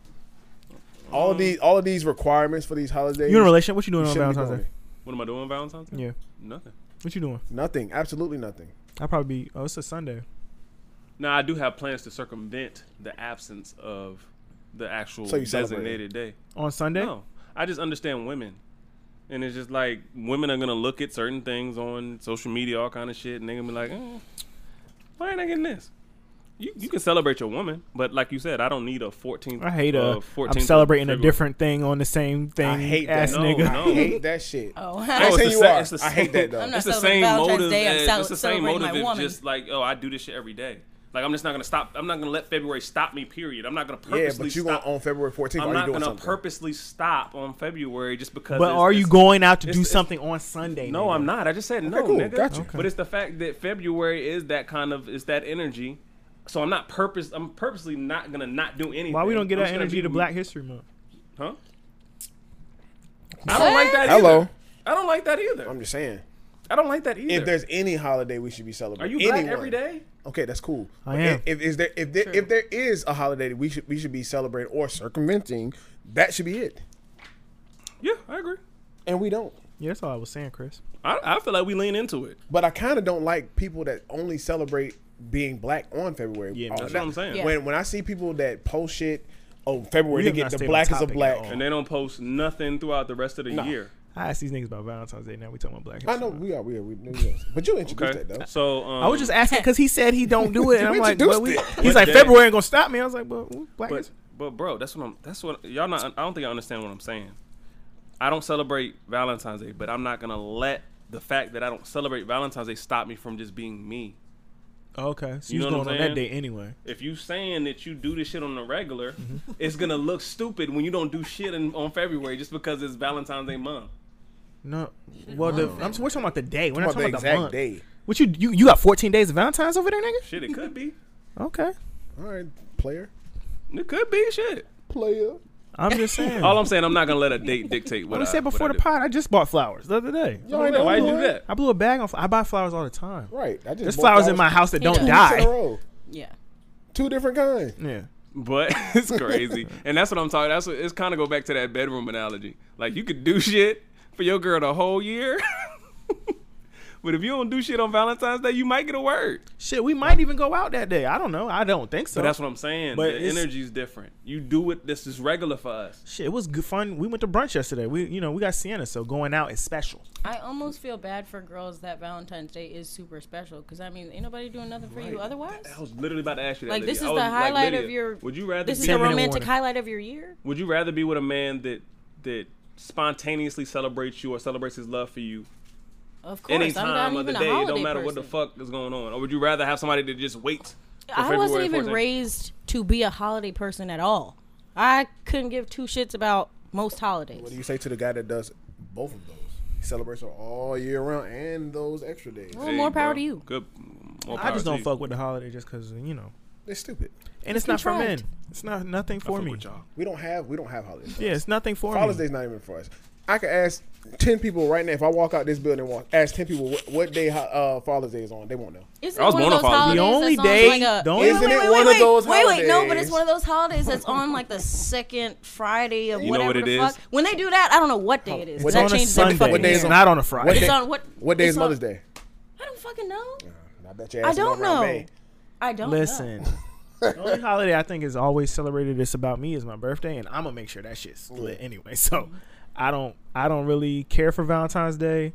D: All these all of these requirements for these holidays.
E: You in a relationship? What you doing
D: you
E: on
D: shouldn't be
E: Valentine's Day?
D: doing
A: What am I doing on Valentine's Day?
E: Yeah.
A: Nothing.
E: What you doing?
D: it. Nothing. Absolutely nothing.
E: I'll probably be. Oh, it's a Sunday.
A: Now I do have plans to circumvent the absence of the actual
D: So you celebrate.
A: designated day.
E: On Sunday?
A: No, I just understand women, and it's just like women are gonna look at certain things on social media, all kind of shit, and they're gonna be like, eh, "Why ain't I getting this?" You you can celebrate your woman, but like you said, I don't need a fourteenth.
E: I hate
A: uh,
E: a.
A: 14th
E: I'm
A: of
E: celebrating a
A: February.
E: different thing on the same thing.
D: I hate that.
E: ass
A: No,
E: nigga.
A: no.
D: I hate that shit.
F: Oh,
D: I ain't
A: it's
D: saying
A: the
D: you
A: sa-
D: are.
A: it's the
D: I hate that though.
F: I'm not
A: It's the
F: celebrating
A: same
F: Valentine's
A: motive.
F: Day. I'm
A: as-
F: cel-
A: it's the same
F: celebrating
A: motive.
F: my
A: It's
F: woman.
A: just like, oh, I do this shit every day. Like I'm just not gonna stop. I'm not gonna let February stop me. Period. I'm not gonna
D: yeah,
A: purposely
D: but you
A: stop.
D: want on February 14th?
A: I'm
D: are you
A: not
D: doing
A: gonna
D: something?
A: purposely stop on February just because.
E: But
A: it's-
E: are you
A: it's-
E: going out to
A: it's-
E: do
A: it's-
E: something on Sunday?
A: No,
E: nigga?
A: I'm not. I just said no,
D: cool.
A: nigga.
D: Gotcha.
A: But it's the fact that February is that kind of it's that energy. So I'm not purpose. I'm purposely not gonna not do anything.
E: Why we don't get
A: I'm
E: that
A: just gonna
E: energy
A: be-
E: to Black History Month?
A: Huh? I don't like that.
D: Hello.
A: Either. I don't like that either.
D: I'm just saying.
A: I don't like that either.
D: If there's any holiday we should be
A: are
D: celebrating,
A: you black
D: Anyone.
A: every day?
D: Okay, that's cool.
E: I
D: But
E: am.
D: If, is there if there if there is a holiday that we should we should be celebrating or circumventing, that should be it.
A: Yeah, I agree.
D: And we don't.
E: Yeah, that's all I was saying, Chris.
A: I, I feel like we lean into it.
D: But I kind of don't like people that only celebrate being black on February.
E: Yeah,
D: Oh,
E: that's
A: what I'm saying. Yeah.
D: When when I see people that post shit, oh February
E: We
D: they
E: have
D: get
E: not
D: the
E: stayed on
D: blackest of
E: topic at
D: black.
E: all.
A: And they don't post nothing throughout the rest of the year.
E: I asked these niggas about Valentine's Day. Now we talking about Black History.
D: I know we are, we are, we know yes. But you introduced
A: Okay.
D: that though.
A: So um,
E: I was just asking because he said he don't do it. And I'm
D: You
E: like, but we,
D: introduced
A: But
E: he's like
A: then-
E: February ain't gonna stop me. I was like, but Black
A: But
E: History.
A: but bro, that's what I'm. That's what y'all not. I don't think I understand what I'm saying. I don't celebrate Valentine's Day, but I'm not gonna let the fact that I don't celebrate Valentine's Day stop me from just being me.
E: oh, Okay, so
A: You
E: you
A: know what
E: was going
A: I'm
E: on that day
A: saying?
E: anyway.
A: If you saying that you do this shit on the regular,
E: Mm-hmm.
A: it's gonna look stupid when you don't do shit in, on February just because it's Valentine's Day month.
E: No, well, the, I'm, we're talking about the day. We're not
D: About the
E: talking about the,
D: exact
E: month.
D: day.
E: What you you you got 14 days of Valentine's over there, nigga?
A: Shit, it could be.
E: Okay,
D: All right, player,
A: It could be shit.
D: player.
E: I'm just saying.
A: All I'm saying, I'm not gonna let a date dictate what
E: we
A: I
E: said before the
A: what
E: pod, I just bought flowers the other day.
A: I do. Why you do
D: Alright.
A: that?
E: I blew a bag on. fl- I buy flowers all the time.
D: Right. I just
E: There's
D: bought
E: flowers in my house that
F: He
E: don't
F: does.
D: Two in
E: die.
D: a row.
F: Yeah.
D: Two different kinds.
E: Yeah.
A: But it's crazy, and that's what I'm talking. That's what, it's kind of go back to that bedroom analogy. Like you could do shit for your girl the whole year, But if you don't do shit on Valentine's Day, you might get a word.
E: Shit, we might even go out that day. I don't know. I don't think so.
A: But that's what I'm saying.
E: But
A: the
E: it's-
A: energy's different. You do it. This is regular for us.
E: Shit, it was good fun. We went to brunch yesterday. We, you know, we got Sienna, so going out is special.
F: I almost feel bad for girls that Valentine's Day is super special because I mean, ain't nobody doing nothing for you otherwise.
A: I was literally about to ask you that.
F: Like,
A: Lydia.
F: this
A: I
F: is
A: was
F: the
A: like,
F: highlight
A: Lydia,
F: of your-
A: Would you rather
F: This
A: be?
F: is the
E: 10-minute
F: romantic
E: warning.
F: highlight of your year.
A: Would you rather be with a man that that spontaneously celebrates you or celebrates his love for you
F: Of course,
A: any
F: I'm
A: time
F: not
A: of the
F: even
A: day?
F: a
A: It
F: holiday
A: don't matter what the
F: person.
A: fuck is going on. Or would you rather have somebody that just waits? for
F: I wasn't
A: February
F: even
A: 14th?
F: raised to be a holiday person at all. I couldn't give two shits about most
D: What do
F: holidays.
D: you say to the guy that does both of those? He celebrates her all year round and those extra days.
F: Well, more
A: bro.
F: power to you.
A: Good. More
E: I
A: power
E: just
A: to
E: don't
A: you.
E: fuck with the holiday just because you know,
D: It's stupid.
E: and it's,
F: It's
E: not for men.
F: contrived.
E: It's not nothing
A: I fuck
E: for me.
A: with y'all.
D: We don't have we don't have holidays.
E: Yeah, it's nothing for
D: Father's
E: me.
D: Day's not even for us. I could ask ten people right now if I walk out this building and walk, ask ten people what, what day uh, Father's Day is on. They won't know.
F: Isn't
A: I
F: it
A: was
F: one of
A: born
F: those
A: on Father's
F: holidays
A: Day.
E: The only
F: that's on
E: day,
F: like a,
E: the only
D: Isn't it one of those
F: wait, wait, no, but
D: holidays?
F: it's one of those holidays that's on like the second Friday of
A: You know
F: whatever
A: what it
F: the
A: is?
F: fuck. When they do that, I don't know what day it is.
E: it's
D: What day-
F: that
E: on a
F: changes every
E: Sunday.
F: fucking
D: What day is
F: year.
E: it's
D: on-
E: not on a Friday.
D: day-
F: It's on what?
D: What day
F: it's
D: is
F: on-
D: Mother's Day?
F: I don't fucking know.
D: I bet your ass is
F: don't
D: around
F: know.
D: May.
F: I
D: Oh,
F: don't. know.
E: Listen, the only holiday I think is always celebrated that's about me is my birthday, and I'm gonna make sure that shit's lit anyway. So I don't I don't really care for Valentine's Day.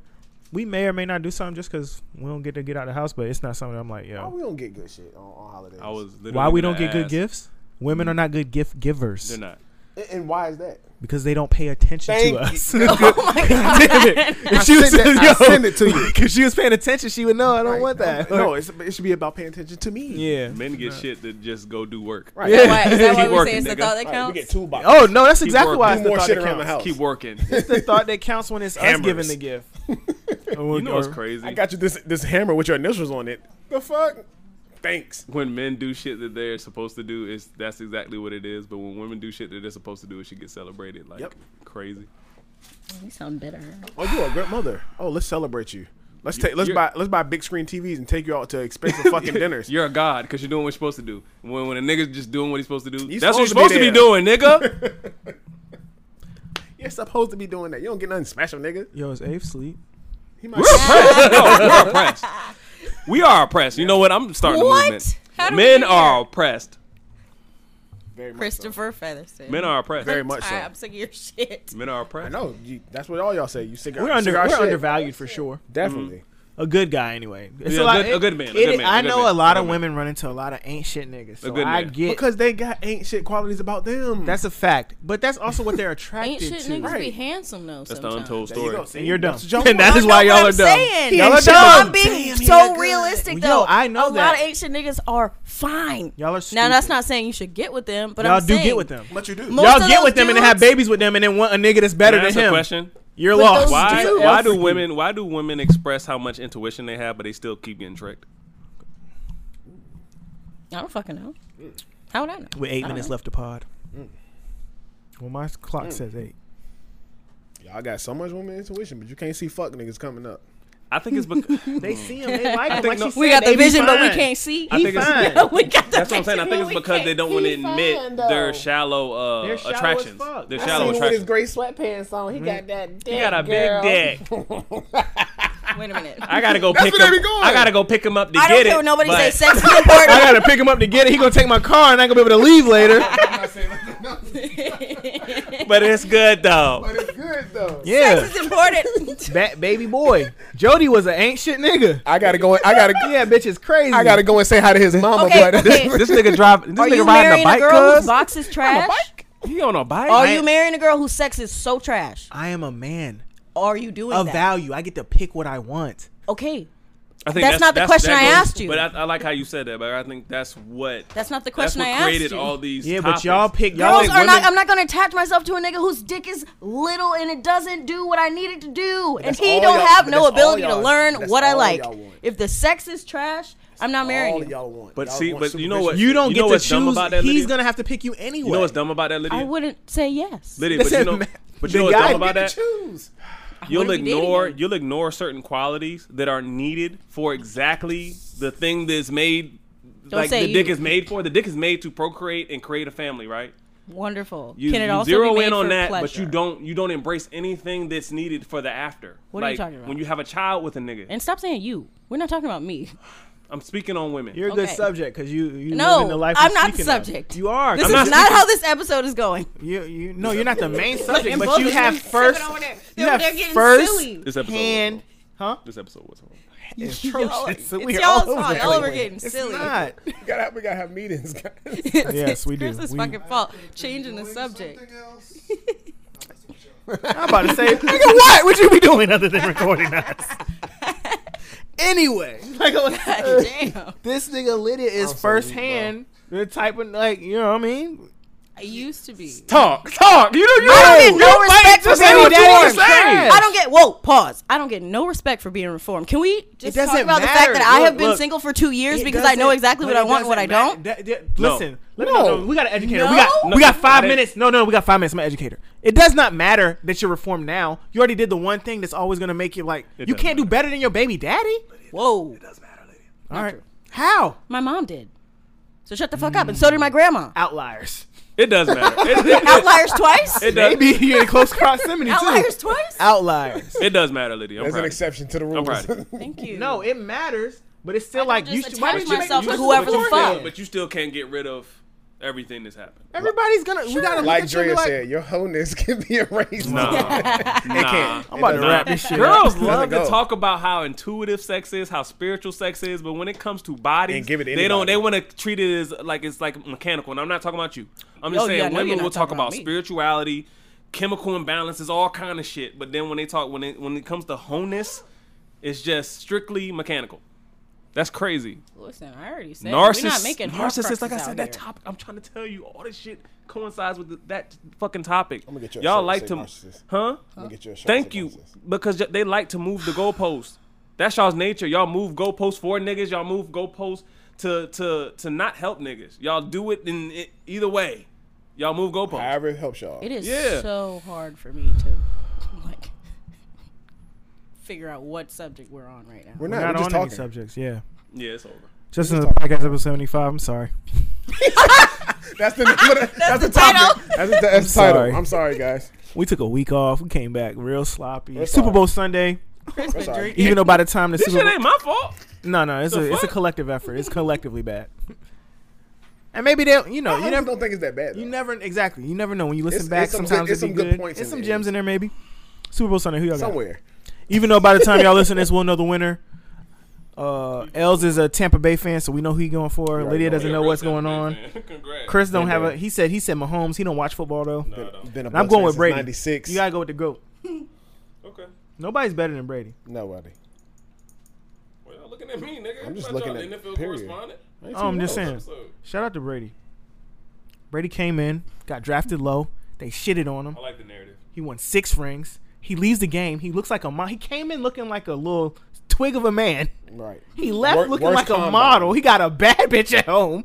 E: We may or may not do something just because we don't get to get out of the house, but it's not something I'm like,
D: Why
E: yo.
D: we don't get good shit on, on holidays?
A: I was literally
E: Why we don't
A: gonna
E: get good
A: ask.
E: gifts? Women are not good gift givers
A: They're not.
D: And, and why is that?
E: because they don't pay attention
D: Thank
E: to us.
F: Oh my god.
E: Damn it. If she was
D: send it- I
E: yo,
D: send it to you.
E: Cause she was paying attention, she would know I don't want that.
D: No, it's, it should be about paying attention to me.
E: yeah.
A: Men get shit that just go do work.
D: Right.
E: Yeah.
F: Why, is that
A: Keep
F: why we
A: working,
F: say it's the
A: nigga.
F: thought that
D: All right, we get
F: counts?
D: two boxes.
E: Oh no, that's exactly
A: working.
E: why it's
D: Do
E: the
D: more
E: thought
D: shit
E: that
D: around the
E: counts.
D: house.
A: Keep working.
E: the thought that counts when it's us
D: Hammers.
E: giving the gift.
A: Oh you know what's crazy?
D: I got you this this hammer with your initials on it. The fuck? Thanks.
A: when men do shit that they're supposed to do, is that's exactly what it is. But when women do shit that they're supposed to do, it should get celebrated like
D: Yep.
A: crazy.
F: You sound bitter.
D: Oh, you a great mother. Oh, let's celebrate you. Let's take let's
A: you're-
D: buy let's buy big screen TVs and take you out to expensive fucking dinners.
A: You're a god because you're doing what you're supposed to do. When when a nigga's just doing what he's supposed to do,
D: You
A: that's what you're supposed
D: supposed to
A: to
D: be
A: be doing, nigga.
D: You're supposed to be doing that. You don't get nothing special, nigga.
E: Yo, is Ave sleep?
D: He might
A: oppressed. No, we're oppressed. We are oppressed. You know what? I'm starting
F: What?
A: a movement.
F: How do we
A: Men
F: get
A: are
F: here?
A: oppressed.
D: very much so.
F: Christopher Featherston.
A: Men are oppressed.
D: Very much so.
F: Alright, I'm sick of your shit.
A: Men are
D: I
A: oppressed.
D: know. You, that's what all y'all say. You cigar.
E: We're under
D: cigar
E: we're
D: shit.
E: undervalued for sure.
D: Definitely.
E: A good guy anyway. It's
A: Yeah, a
E: lot-
A: good- a
E: it-
A: good man, a
E: it-
A: good man,
E: I
A: a good
E: know
A: man,
E: a lot
A: a
E: of
A: good
E: women run into a lot of ain't shit niggas. So
A: good
E: I
A: man.
E: get
D: Because they got ain't shit qualities about them.
E: Mm. that's a fact. But that's also what they're attracted
F: Ain't shit
E: to.
F: niggas be
D: Right.
F: handsome though.
A: That's the
F: sometimes.
A: untold
D: There you
A: story.
D: go, see?
E: And you're dumb.
D: That's what y'all
E: and that
D: want.
E: is why
F: know
E: y'all
F: what
E: are
F: I'm
E: dumb.
F: saying.
E: Y'all are
F: No, I'm
E: dumb.
F: being
D: Damn,
F: so
D: yeah, good.
F: realistic,
E: Yo,
F: though.
E: I know
F: a
E: that.
F: lot of ancient niggas are fine.
E: Y'all are
F: now that's
E: stupid.
F: not saying you should get with them, but
E: Y'all
F: I'm
E: do
F: saying,
E: get with them.
D: What you do?
F: Most
E: Y'all
F: of
E: get
F: those
E: with them and then have
F: dudes-
E: babies with them and then want a nigga that's better
A: Can I
E: than
A: ask a
E: him.
A: question?
E: You're
F: But
E: lost.
F: those
A: Why,
F: Dude,
A: why do
F: else-
A: women why do women express how much intuition they have but they still keep getting tricked?
F: I don't fucking know. How would I know?
E: With eight
F: I don't
E: minutes
F: know. Mm.
E: left to pod. Mm. Well, my clock says eight.
D: Y'all got so much woman intuition, but you can't see fuck niggas coming up.
A: I think it's because
E: They see him. They like him.
A: think
E: Like
A: no-
E: she
A: We
F: We
E: said,
F: got the
E: they be
F: vision, but we
E: fine.
F: can't see.
A: I think it's
E: fine.
F: we got the
A: That's what I'm saying. I think it's because they don't want to admit their shallow, uh,
E: They're shallow as
A: attractions.
E: fuck.
A: Their
E: I
A: shallow attractions.
D: gray sweatpants on. He got
C: that
A: Mm-hmm.
C: dick.
A: He got a
C: girl.
A: big dick.
F: Wait a minute.
A: I gotta go
D: That's
A: pick
D: where
A: him.
D: they be going.
A: I gotta go pick him up to
F: I
A: get
F: don't
A: it.
F: care what nobody
A: but
F: say sex is important.
E: I gotta pick him up to get it. He gonna take my car, and I ain't gonna be able to leave later.
A: but it's good though.
D: But it's good though.
E: Yeah,
F: Sex is important.
E: Bat baby boy. Jody was an ancient nigga.
D: I gotta go. I gotta.
E: Yeah, bitch is crazy.
D: I gotta go and say hi to his mama.
F: Okay,
D: but-
F: okay.
E: This nigga drive. This
F: Are
E: nigga
F: you
E: riding
F: marrying
E: a
F: a,
E: bike.
F: girl
E: cuz?
F: whose box is trash?
A: He on a bike.
F: Are you marrying a girl whose sex is so trash?
E: I am a man
F: Are you doing
E: of
F: that?
E: value. I get to pick what I want.
F: okay,
A: I think
F: That's not the question
A: that
F: I
A: goes-
F: asked you.
A: But I, I like how you said that. But I think that's what
F: that's not the
A: that's
F: question
A: what
F: I
A: created
F: asked you.
A: all these.
E: Yeah,
A: topics.
E: but y'all pick. Y'all
F: Girls
E: think
F: are not.
E: women-
F: I'm not gonna attach myself to a nigga whose dick is little and it doesn't do what I need it to do, and
D: that's
F: he
D: all
F: don't
D: y'all-
F: have
D: but
F: no
D: that's all
F: ability to
D: y'all-
F: learn
D: that's
F: what I
D: all
F: like.
D: y'all want.
F: If the sex is trash, I'm not
D: All
F: marrying you.
D: y'all want.
A: But
D: Y'all
A: see,
D: want
A: but you know what?
E: You don't
A: know
E: get to
A: what's dumb
E: choose.
A: about that,
E: He's
A: Lydia?
E: gonna have to pick you anyway.
A: You know what's dumb about that, Lydia?
F: I wouldn't say yes.
A: Lydia,
E: That's
A: but you
E: it,
A: know,
E: man.
A: but
E: The
A: you know what's
E: guy
A: dumb about
D: superficial.
A: that?
D: choose.
A: You'll
F: wouldn't be dating
A: ignore
F: him.
A: you'll ignore certain qualities that are needed for exactly the thing that's made. like
F: say
A: the dick
F: you.
A: is made for. The dick is made to procreate and create a family, right?
F: Wonderful.
A: You,
F: Can it
A: you
F: also
A: zero
F: be made
A: in on
F: for
A: that,
F: pleasure?
A: but you don't you don't embrace anything that's needed for the after.
F: What are you
A: like,
F: talking about?
A: When you have a child with a nigga,
F: And stop saying you. We're not talking about me.
A: I'm speaking on women.
E: You're a good
F: Okay.
E: subject because you you live
F: No,
E: in the life.
F: I'm
E: we're
F: not the
E: speaking of.
F: subject.
E: You are.
F: This
E: I'm
F: is
E: not
F: not, how this episode is going.
E: You, you no, you're not the main subject,
F: and
E: but
F: both
E: you
F: of
E: have
F: them
E: first,
F: sipping over there.
E: you
F: They're-
E: have
F: they're getting
E: first
F: suey.
A: this episode, was
E: hand,
A: horrible.
E: huh?
A: This episode was horrible.
E: It's
F: Y'all-
E: atrocious.
F: it's
E: We are
F: y'all's
E: all over
F: fault.
E: the
F: Y'all
E: place.
F: are getting silly.
E: Not.
D: We gotta have, we gotta have meetings, guys.
F: It's-
E: Yes,
F: it's
E: we do.
F: Chris's
E: We-
F: fucking fault. Changing the subject.
E: I'm about to say, nigga, what would you be doing other than recording us? anyway, like,
F: God damn.
E: this nigga Lydia is first hand the type of like you know what I mean.
F: I used to be.
A: Talk, talk. You don't, you
F: I don't get no
E: nobody
F: respect for
E: just
F: being
E: say what you
F: reformed.
E: wanna say.
F: I don't get. Whoa, pause. I don't get no respect for being reformed. Can we just talk
E: doesn't
F: about the
E: matter.
F: fact that I
E: Look,
F: have been
E: look.
F: single for two years
E: It
F: because I know
E: doesn't-
F: exactly
E: but
F: what I
E: it
F: want and what I
E: doesn't
F: don't?
E: matter. That- that-
A: No.
E: Listen, let me- no. no, we got an educator. We got
F: No?
E: we got five
A: No.
E: minutes. No, no, we got five minutes. My educator. It does not matter that you're reformed now. You already did the one thing that's always gonna make you like
A: It
E: you
A: doesn't
E: can't do
A: matter.
E: better than your baby daddy.
F: Whoa.
E: All right, how
F: My mom did. So shut the fuck up. And so did my grandma.
E: outliers?
A: It does matter. It, it-
F: Outliers twice?
A: it does.
E: Maybe you're in close proximity
F: Outliers
E: too.
F: twice?
E: Outliers.
A: It does matter, Lydia. I'm
D: There's
A: proud
D: an
A: of you.
D: exception to the rule.
A: I'm proud of
F: Thank you.
E: No, it matters, but it's still like you
F: just
E: should. Why
F: attach
E: did you make
F: myself
E: you
F: to
E: just
F: whoever the
E: look
F: fuck.
E: at it?
A: But you still can't get rid of everything that's happened.
E: Everybody's gonna. We gotta look
D: Like
E: at you and
D: Drea
E: be like,
D: said, your wholeness can be erased.
A: Nah, nah.
E: I'm about to
D: Nah.
E: wrap this shit
A: Girls
E: up.
A: love
D: go.
A: to talk about how intuitive sex is, how spiritual sex is, but when it comes to bodies,
D: And give it to
A: they don't.
D: anybody.
A: They want to treat it as like it's like mechanical. And I'm not talking about you. I'm just
F: Oh, yeah,
A: saying
F: no, you're
A: women
F: not
A: will talk
F: talking about
A: about
F: me.
A: spirituality, chemical imbalances, all kind of shit. But then when they talk when it when it comes to wholeness, it's just strictly mechanical. That's crazy.
F: Listen, I already said
A: Narcissist,
F: we're not making
A: narcissist. Like I
F: Horcruxes out
A: said, that
F: here.
A: topic. I'm trying to tell you, all this shit coincides with the, that fucking topic.
D: gonna get you a
A: all
D: shirt
A: like
D: that
A: to,
D: say narcissist.
A: huh?
D: I'm gonna get you a shirt that
A: Thank
D: say
A: you,
D: narcissist.
A: because y- they like to move the goalposts. That's y'all's nature. Y'all move goalposts for niggas. Y'all move goalposts to to to not help niggas. Y'all do it in it, either way. Y'all move goalposts.
D: However, it helps y'all.
F: It is
A: Yeah.
F: so hard for me to like figure out what subject we're on right now.
D: We're
E: We're
D: not,
E: not on
D: we're just
E: any
D: talking.
E: subjects. Yeah,
A: yeah, it's over.
E: just in the podcast episode 75. I'm sorry.
D: That's the that's, the, title. That's the, that's the
E: I'm
D: title.
E: sorry.
D: I'm sorry, guys.
E: We took a week off. We came back real sloppy.
D: We're
E: Super
D: sorry.
E: Bowl Sunday.
F: Chris been
D: sorry.
F: drinking.
E: Even though by the time the
A: This
E: Super
A: shit
E: Bowl,
A: ain't my fault.
E: no, no, it's
A: The
E: a it's a
A: fuck?
E: collective effort. It's collectively bad. And maybe they'll, you know,
D: You
E: you never,
D: don't think it's that bad.
E: you
D: though.
E: never exactly. You never know when you listen
D: It's-
E: back.
D: it's some good-
E: sometimes
D: it's
E: it'd
D: some
E: be
D: good
E: good.
D: points
E: It's
D: in
E: some
D: there.
E: gems in there, maybe. Super Bowl Sunday. Who y'all got?
D: Somewhere.
E: Even though by the time y'all listen to this, we'll know the winner. Uh, Els is a Tampa Bay fan, so we know who he going for.
D: already
E: Lydia
D: know.
E: doesn't know what's going on.
A: Congrats.
E: Chris don't have
D: Amen.
E: a. He said he said Mahomes. He don't watch football though.
A: No, I don't.
D: Been a
E: And I'm going
D: Bucks fan
E: with
D: since
E: Brady.
D: 96.
E: You gotta go with the goat.
A: Okay.
E: Nobody's better than Brady.
D: Nobody.
A: Well, y'all looking at me, nigga.
D: I'm just
A: Not y'all
D: looking at-
A: NFL
D: period.
A: correspondent.
E: Oh, I'm just saying.
A: So,
E: Shout out to Brady. Brady came in, got drafted low. They shitted on him.
A: I like the narrative.
E: He won six rings. He leaves the game. He looks like a mo- He came in looking like a little twig of a man.
D: Right.
E: He left
D: Wor-
E: looking
D: worst
E: like a
D: combine.
E: model. He got a bad bitch at home.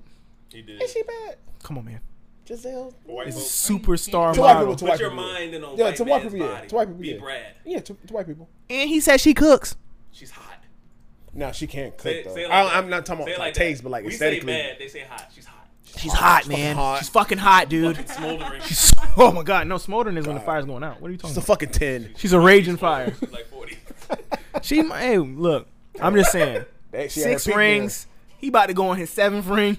A: He did.
D: Is she bad?
E: Come on, man.
D: Giselle.
A: White
E: It's
A: folks.
E: a superstar
D: To white
E: model.
D: people. To
A: Put
D: white
A: your
D: people.
A: mind in on
D: Yeah,
A: white
D: to white
A: man's
D: people, yeah.
A: body.
D: To white people,
A: Be
D: yeah.
A: Brad.
D: Yeah, to, to white people.
E: And he said she cooks.
A: She's hot.
D: No, she can't
A: Say-
D: cook though.
A: say it like
D: I,
A: that.
D: I'm not talking
A: Say
D: about
A: it
D: like
A: that.
D: taste, but like
A: we
D: aesthetically.
A: say bad, they say hot. She's hot.
E: She's hot, man.
D: hot.
E: She's fucking hot, dude.
A: Smoldering. She's
E: She's- oh my god, no smoldering is when the fire's going out. What are you talking
D: It's a
E: about?
D: fucking ten.
E: She's a raging fire.
A: like forty.
E: She, mi- hey, look, I'm just saying,
D: That, she had her
E: six
D: peak
E: rings. He about to go on his seventh ring.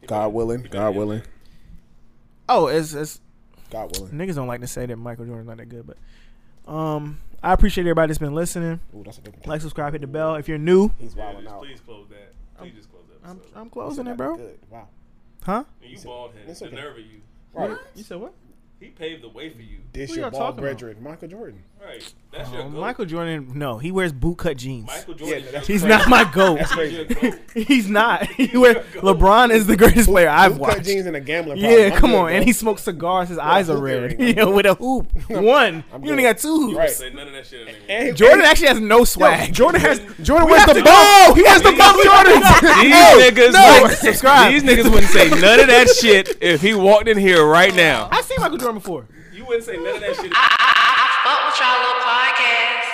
D: there. God willing. God willing.
E: Oh, it's, it's
D: God willing.
E: niggas don't like to say that Michael Jordan's not that good, but um, I appreciate everybody that's been listening.
D: Ooh, that's a good one.
E: Like, subscribe, hit the bell if you're new.
D: He's
A: Yeah,
D: wilding
A: just
D: out.
A: please close that. Please just close that.
E: I'm,
A: episode.
E: I'm
D: That's
E: closing it,
D: not
E: bro.
D: good. Wow.
E: Huh?
A: And you bald headed.
D: It's
A: The
D: okay.
A: nerve of you.
D: Right.
E: You said what?
A: He paved the way for you.
D: This
E: Who
D: your
E: y'all
D: ball
E: talking about?
D: brethren, Michael Jordan.
A: Right. That's your
E: Oh,
A: goat.
E: Michael Jordan. No, he wears bootcut jeans.
A: Michael Jordan.
D: Yeah, that's-
E: He's not my goat.
D: That's
A: He's your
D: crazy.
A: goat.
E: He's not. He wear, LeBron is the greatest player I've
D: Bootcut
E: watched.
D: jeans and a gambling. problem.
E: Yeah,
D: I'm
E: come
D: good,
E: on.
D: bro.
E: And he smokes cigars. His eyes are
D: hoop
E: red.
D: earring.
E: Yeah, with a hoop. One. You only
D: good.
E: got two hoops.
D: Right.
A: Say none of that shit anymore.
D: And he-
E: Jordan actually has no swag.
D: Yo, Jordan has Jordan
E: We
D: wears
E: have
D: the
E: to
D: ball. He has the
A: We
D: ball. Jordan.
A: These
E: Hey,
A: niggas,
E: no,
A: would,
E: subscribe.
A: These niggas wouldn't say none of that shit if he walked in here right now.
E: I've seen Michael Jordan before.
A: You wouldn't say none of that shit.
G: I fuck with y'all little podcast.